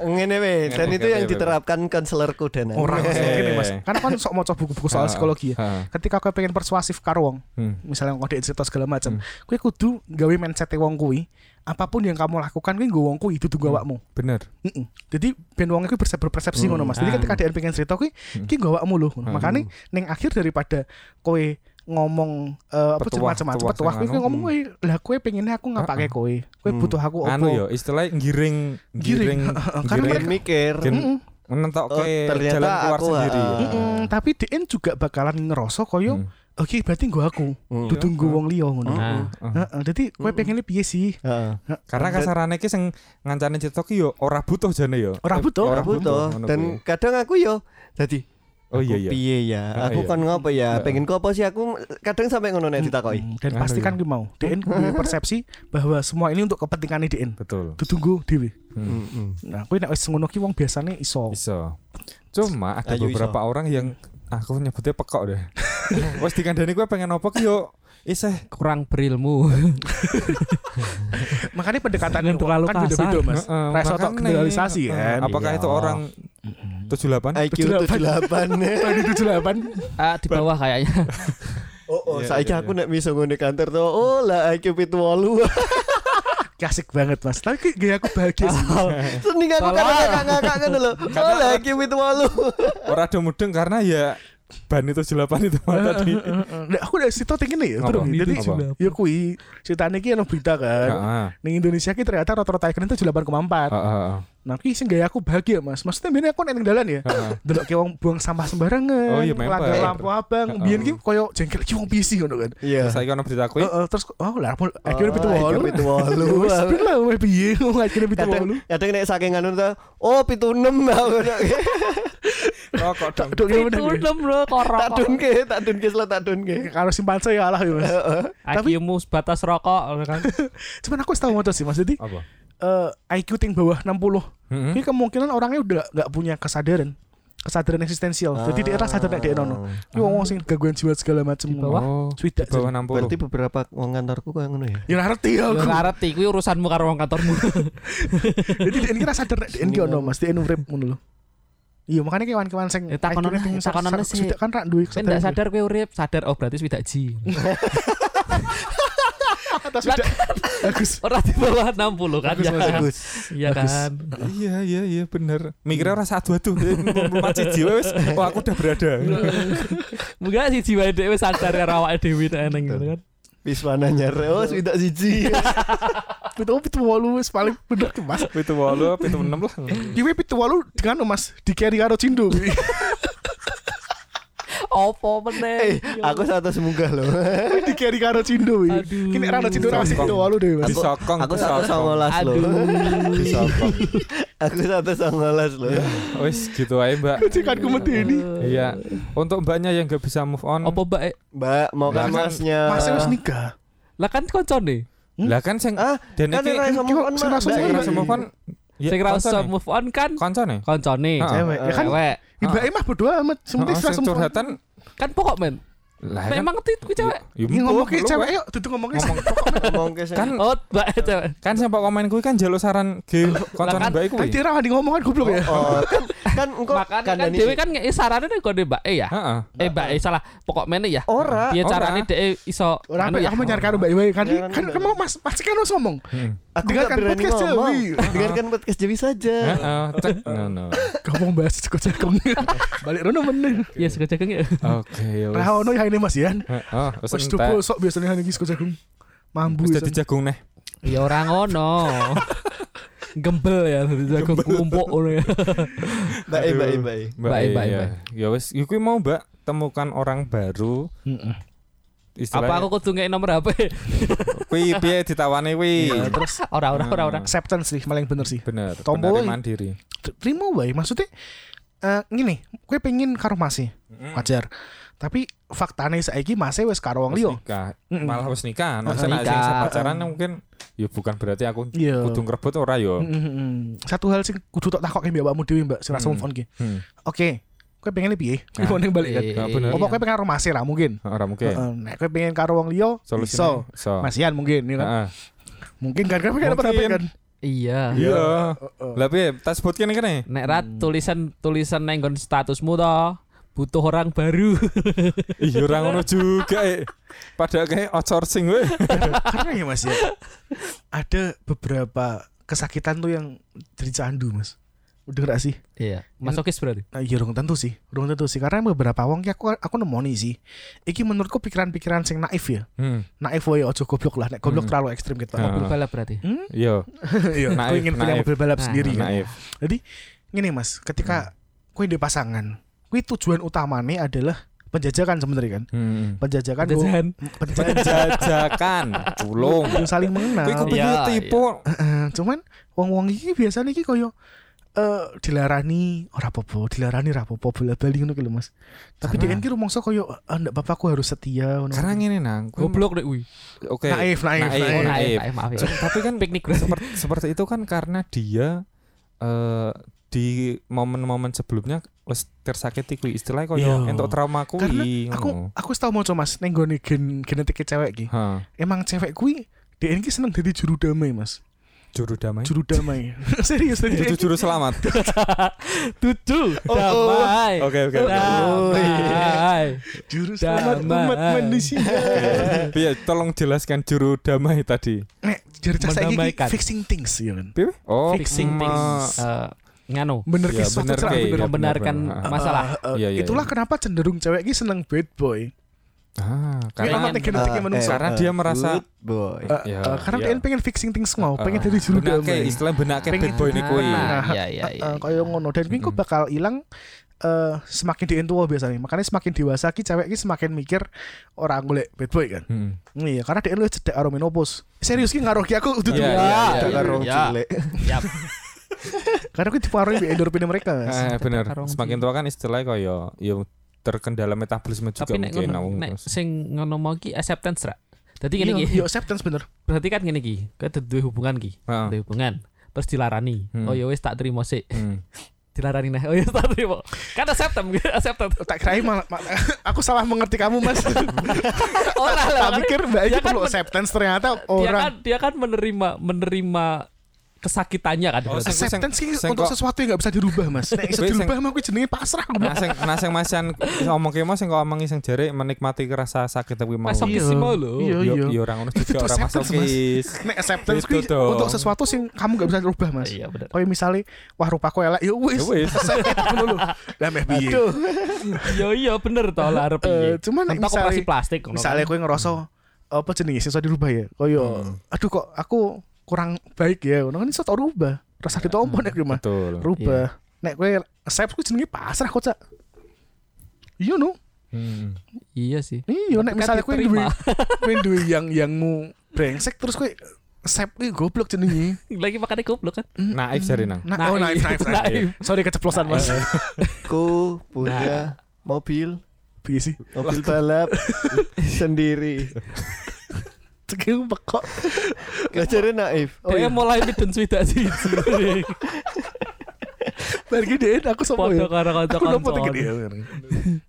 ngene weh dan Ngene, itu ngene, yang ngene. diterapkan konselorku dan Orang Eh. mungkin ya mas. Karena kan sok mau buku-buku soal Ah, psikologi ya. ah, Ketika kue pengen persuasif karo wong, hmm. misalnya ngode cerita segala macam, Mm. kue kudu gawe mindset wong kuwi. Apapun yang kamu lakukan kuwi nggo wong kuwi dudu Mm. gawakmu. Bener. Heeh. Jadi ben wong iku berse- berpersepsi ngono Mas. Jadi Ah. ketika dia pengen cerita kuwi Mm. iki gawakmu lho. ngono. Makane ning akhir daripada kowe ngomong eh, apa Petuah, macam-macam petuah petuah sing kowe anu. ngomong kowe lah kowe pengennya aku ngapake kowe. Kowe Mm. butuh aku Anu opo? ya istilahnya ngiring ngiring Giring. Ben Karena ngiring mereka- mikir kan gen- Heeh. menentok Oh, ke ternyata jalan keluar aku, sendiri. ah. Heeh. tapi DN juga bakalan ngerasa koyo Hmm. oke berarti nggo aku Mm. Hmm. dudu nggo wong liya ngono. Hmm. Ah. Nah, Heeh. Jadi kowe Mm. pengennya piye sih? Heeh. Karena kasarane ki sing ngancane cerita ki yo ora butuh jane yo. Ora butuh. Ora Ora butuh. ngono dan kuwi. kadang aku yo jadi Oh iya iya. aku piye ya Ah, aku iya. kan ngopo ya Heeh. pengen ku apa sih aku kadang sampai ngono nek ditakoki Mm, Dan Anu pastikan gue mau. DN punya persepsi bahwa semua ini untuk kepentingan DN. Betul. Dudu nggo dhewe. Hmm. Mm-mm. Nah, kowe nek wis ngono ki wong biasane iso. Iso. Cuma ada Ayo, beberapa orang yang aku nyebutnya pekok deh. Wes dikandani gue pengen opo ki yo isih kurang berilmu. Makanya pendekatan Jangan terlalu kan beda-beda, kasar. Mas. Heeh, Rasa makanya, tak generalisasi, heeh. kan? Apakah Iya. itu orang 78? IQ 78 Tadi 78 Ah, di bawah kayaknya. Oh, oh Iya, saiki iya, aku nek miso ngene kantor tuh. Oh, lah IQ 78. klasik banget, Mas. Tapi kayak gaya aku bahagia sih. Seneng aku Salah. kan ngakak-ngakak ngono lho. Oh, lah IQ 78. Ora ada mudeng karena ya ban itu 78 itu mah tadi. Nah, aku dari situ tinggi nih, ya, Apa? terus nih. jadi Apa? ya kui ceritanya ki ono berita kan. Heeh. Ning Indonesia ki ternyata rata-rata iklan itu 8,4. Heeh, heeh. Nah, ki sing gaya aku bahagia, Mas. Maksudnya bener aku ning dalan ya. Heeh. Delok ki wong buang sampah Oh, sembarangan. iya, memang. melanggar lampu abang. Heeh. Biyen ki koyo jengkel ki wong PC ngono kan. Iya. Terus Saiki ono berita kuwi. Heeh, terus oh lah aku Oh, akhirnya pitu walu. IQ 78. Wis ben lah weh, piye ngomong akhirnya pitu Kadang walu. kadang nek saking anu tuh. Oh, 76 lah ngono. Rokok dong. Dok, iya, bener, ya. Itu bro, korok. Tak dunke, tak dunke sel tak dunke. Kalau simpanse ya alah ya, Mas. Tapi- IQ-mu sebatas rokok kan. Cuman aku tahu motor sih Mas. Jadi Apa? eh, IQ ting bawah 60. Hmm? Heeh. Ini kemungkinan orangnya udah nggak punya kesadaran kesadaran eksistensial. Oh, Jadi dia rasa sadar nek dia Ah. nono. Ini wong sing gangguan jiwa segala macam. Ah. Di bawah? Oh, Swidak. bawah jadi. 60. Berarti beberapa wong kantorku kayak ngono ya. Ya nggak ngerti ya Yo aku. nggak ngerti kuwi urusanmu karo wong kantormu. Jadi dia ini rasa sadar nek dia nono Mas. Dia urip ngono lho. Iya makanya kawan-kawan sing Ya, takonan lah, takonan lah sih. Sudah kan rak duwe Kan ndak kesadaran. sadar kuwi urip, sadar oh berarti sudah ji. Atas sudah. Bagus. Ora di bawah 60 kan ya. kan? Bagus. Iya kan. Iya iya iya bener. Mikirnya ora satu-satu. Mati jiwa wis. Oh, aku udah berada. Muga si jiwa dhewe wis sadar karo awake dhewe nek neng gitu kan. Wiswana nyar. Iya. Oh, sudah siji. Pitu oh, pitu walu wis paling bener ke Mas. 78, 76 lah. Kiwi pitu walu dengan Mas di carry karo cindo. kuwi. Opo Iya, meneh? Eh, aku satu semunggah loh. di carry karo cindo. kuwi. Aduh. Kini rak ono cindo rak masih pitu walu deh Mas. Disokong. Aku satu songolas Aduh. loh. Disokong. Aku satu songolas loh. Iya. Wis gitu aja, Mbak. Majikanku medeni. Iya. Untuk mbaknya yang nggak bisa move on. Opo mbak? eh? Mbak, mau Lah, kan kan- masnya? Masih harus nikah. Lah kan koncone. Lah kan sing Ah, dan kan iki ora iso move on, Sing Mbak. langsung sing Iya. rasa move on. ya, Sing ra usah move on kan Koncone. Iya, koncone. Ah, Cewek. Ya kan Cewek. Ibae mah bodo amat. Heeh, Sementing sing sing langsung curhatan. Kan pokok men. Lah kan- Memang tit kuwi cewek. Ya, Ini ngomong ke lu, cewek Mbak. yuk, duduk ngomong ke Ngomong Ngomong ke kan Oh, mbak eh, cewek. kan siapa komen kuwi kan jaluk saran ge koncone kan- mbak iku. Tadi dia rawan di ngomongan goblok ya. Oh, kan kan engko Makanya kan kandhani- dhewe kan ngeki sarane nek kode mbak eh ya. Heeh. Eh mbak eh salah. Pokok meneh ya. Oh, ora Piye Ora. carane dhek iso Orang anu apa ya? aku mencari karo Mbak Iwa kan Jangan kan ngomong. kamu Mas pasti kan harus ngomong. Heeh. aku Dengarkan gak berani podcast ngomong. Jawi. Dengarkan podcast Jawi saja. Heeh, cek. No no. Ngomong bahas kok jagung. Balik rono meneh. Ya sego jagung ya. Oke. wes. Ra ono ya ini Mas ya. Heeh, wes Wes entek. dupo sok biasanya hari ini kok jagung. Mambu. Wis ya, dadi San. jagung neh. Ya ora ngono. gembel ya dadi jago kumpuk ngono ya. Mbak E, Mbak E, Mbak E. Mbak Baik, E, baik, ya. baik. Ya wis, iku mau Mbak temukan orang baru Mm-mm. Apa istilahnya. aku kudu ngek nomor HP? kuwi piye ditawani kuwi? Ya, terus Ora ora ora ora. acceptance sih paling bener sih Bener, Tombol. bener mandiri. terima wae maksudnya eh gini gue pengen karo masih wajar tapi faktanya saiki masih wes karo wong Wis liya nikah. Mm-mm. Malah wis nikah. Nah, Wis sing nikah. pacaran mungkin ya bukan berarti aku Iya. kudu ngrebut ora yo. Mm, mm, mm. satu hal sing kudu tak takokke mbak awakmu dhewe mbak sing rasa move on ki Hmm. oke gue pengen piye gue Nah. mau neng balik kan Iya, bener. opo gue pengen karo masih lah mungkin Ora Heeh, mungkin. nah gue pengen karo wong liya Solusinya iso iso. masian mungkin ya kan Heeh. mungkin kan gue pengen apa Mungkin. kan Iya. Iya. Heeh. Lah piye tas sebut kene kene? Nek rat tulisan tulisan neng nggon statusmu toh butuh orang baru. Iya ora ngono juga. eh. Padahal kayak outsourcing we. karena ya mas ya ada beberapa kesakitan tuh yang dari candu mas udah gak sih Iya. Masokis berarti. Nah, iya dong tentu sih, dong tentu sih. Karena beberapa wong ki aku aku nemoni sih. Iki menurutku pikiran-pikiran sing naif ya. Hmm. Naif wae ojo goblok lah. Nek Hmm. goblok terlalu ekstrim gitu. Nah. Mobil balap berarti. Iya, Iya, aku Naif, ingin punya naif. mobil balap Nah, sendiri. kan. naif. Hmm. Jadi gini mas, ketika kue di pasangan, kue tujuan utamanya adalah penjajakan sebenarnya kan. Hmm. Penjajakan, gua- Jajan. penjajakan, Penjajakan, tulung. yang saling mengenal. Kuwi Iya, kepengin iya. tipu. Eh, cuman wong-wong iki biasanya iki koyo eh dilarani ora apa-apa, dilarani ora apa-apa bola bali ngono ki lho Mas. Tapi Karena- DN ki rumangsa koyo "Ah, ndak apa-apa aku harus setia ngono. Karena ngene nang, kuwi- Goblok nek wih. Oke. naif, naif, Naif, naif. Oh, naif, naif, maaf ya. So, Tapi eh. kan Piknik berarti. seperti, seperti itu kan karena dia eh di momen-momen sebelumnya wis tersakiti kuwi istilah koyo Iya. entuk trauma Karena kuwi. Aku aku tau mau Mas ning gone gen genetik e cewek ki. ha, Emang cewek kuwi DN ki seneng dadi juru damai, Mas. juru damai. Juru damai. Serius tadi. Itu juru selamat. Tutu. Oh, oh. Damai. Oke oke. oke. Nah. Oh, iya. Damai. Juru selamat Damai. umat manusia. Iya, tolong jelaskan juru damai tadi. Nek jari cah saiki ki Mendamaikan. fixing things ya kan. Piye? Oh, Fixing mm, things. Eh, Nganu. Bener ki Ya, suatu bener cerah ki. bener. Iya, bener, Membenarkan bener. Ah. masalah. Eh, eh, Iya, iya, itulah iya. kenapa cenderung cewek ki seneng bad boy. Ah, Karena karena Memang- mati genetiknya Eh, manusia. eh, Karena dia good merasa- boy. Eh, Ya, eh, karena iya. dia pengen fixing things mau, pengen Ah, dari juru benake, damai. istilah benake Pengen bad boy niku. kuwi. Nah, iya, iya, Eh, iya. eh, kayak ngono dan ini Mm-mm. bakal hilang eh, semakin diin tua biasanya. Makanya semakin dewasa ki cewek ki semakin mikir orang golek bad boy kan. Heeh. Iya, karena dia lu cedek karo menopause. Serius ki ngaruh ki aku udah Iya, tua. iya, Gak iya. karo iya. cilik. Yap. Karena aku dipengaruhi di endorfin mereka. Mas. Eh, bener. karong Semakin sih. tua kan istilahnya koyo ya terkendala metabolisme juga Tapi nek mungkin. ngono, nah, nek sing ngono mau ki acceptance ra. Dadi ngene Iya, ki. iya, acceptance bener. Berarti kan ngene ki. Kan duwe hubungan ki. Heeh. Duwe hubungan. Terus dilarani. Ah. Hmm. Oh ya wis tak terima sik. Hmm. Dilarani nah. Oh ya tak terima. Kan acceptance, acceptance. Tak kirain malah- ma- aku salah mengerti kamu mas. Ora lah. tak makanya- pikir mbak dia itu kan perlu men- acceptance ternyata dia kan orang. dia kan menerima menerima kesakitannya kan Oh, berarti. sing- Acceptance ki sing untuk kok- sesuatu yang gak bisa dirubah mas. Nek bisa Wih, sing- dirubah mah aku jenenge pasrah. aku bilang. Nah, sing nah sing masian ngomong kemo sing kok omongi sing jare menikmati rasa sakit tapi mau. Masokis sih mau lho. Iya, Yo yo ora ngono juga Itu ora acceptance, masokis. Nek acceptance Itu kuwi dong. untuk sesuatu sing kamu gak bisa rubah mas. Iya benar. Kayak misalnya wah rupaku elek ya wis. Ya wis. Accept dulu. Lah meh piye. Aduh. Iya iya bener to lah arep Eh, piye. cuman nek Entah operasi misalnya- plastik ngono kan. Misalnya kowe ngerasa apa jenenge sing iso dirubah ya. Kaya aduh kok aku kurang baik ya. Ngono kan iso tak rubah. Rasa ditompon nek rumah. Betul. Iya. Rubah. Nek kowe accept kuwi jenenge pasrah kok cak. Iya no. Hmm. iya sih. Iya nek Tapi kan misalnya kowe duwe diterima. kowe duwe yang yangmu brengsek terus kowe accept kuwi goblok jenenge. Lagi makannya goblok kan. Naif jare nang. Nah, oh naif naif naif. Sorry keceplosan Mas. Aku Nah. punya mobil, Piye sih? mobil balap sendiri. Cekel bekok. Gak jadi naif. Oh, iya. Dia mulai midun swidak sih. Bargi deh aku sopo Foto ya. karo Aku nopo tuh kanca-kanca. gede.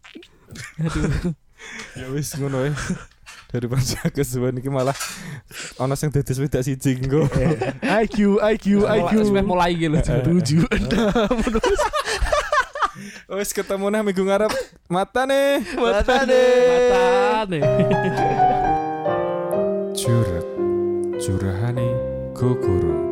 Ya wis ngono ya. Daripada sakit suwen iki malah ana sing dadi swidak siji engko. IQ, IQ, IQ. Sudah mulai gitu. Tujuh enam. Wis ketemu nah minggu ngarep. Matane. Mata Mata nih. Jurat. Jurahane Gogoro.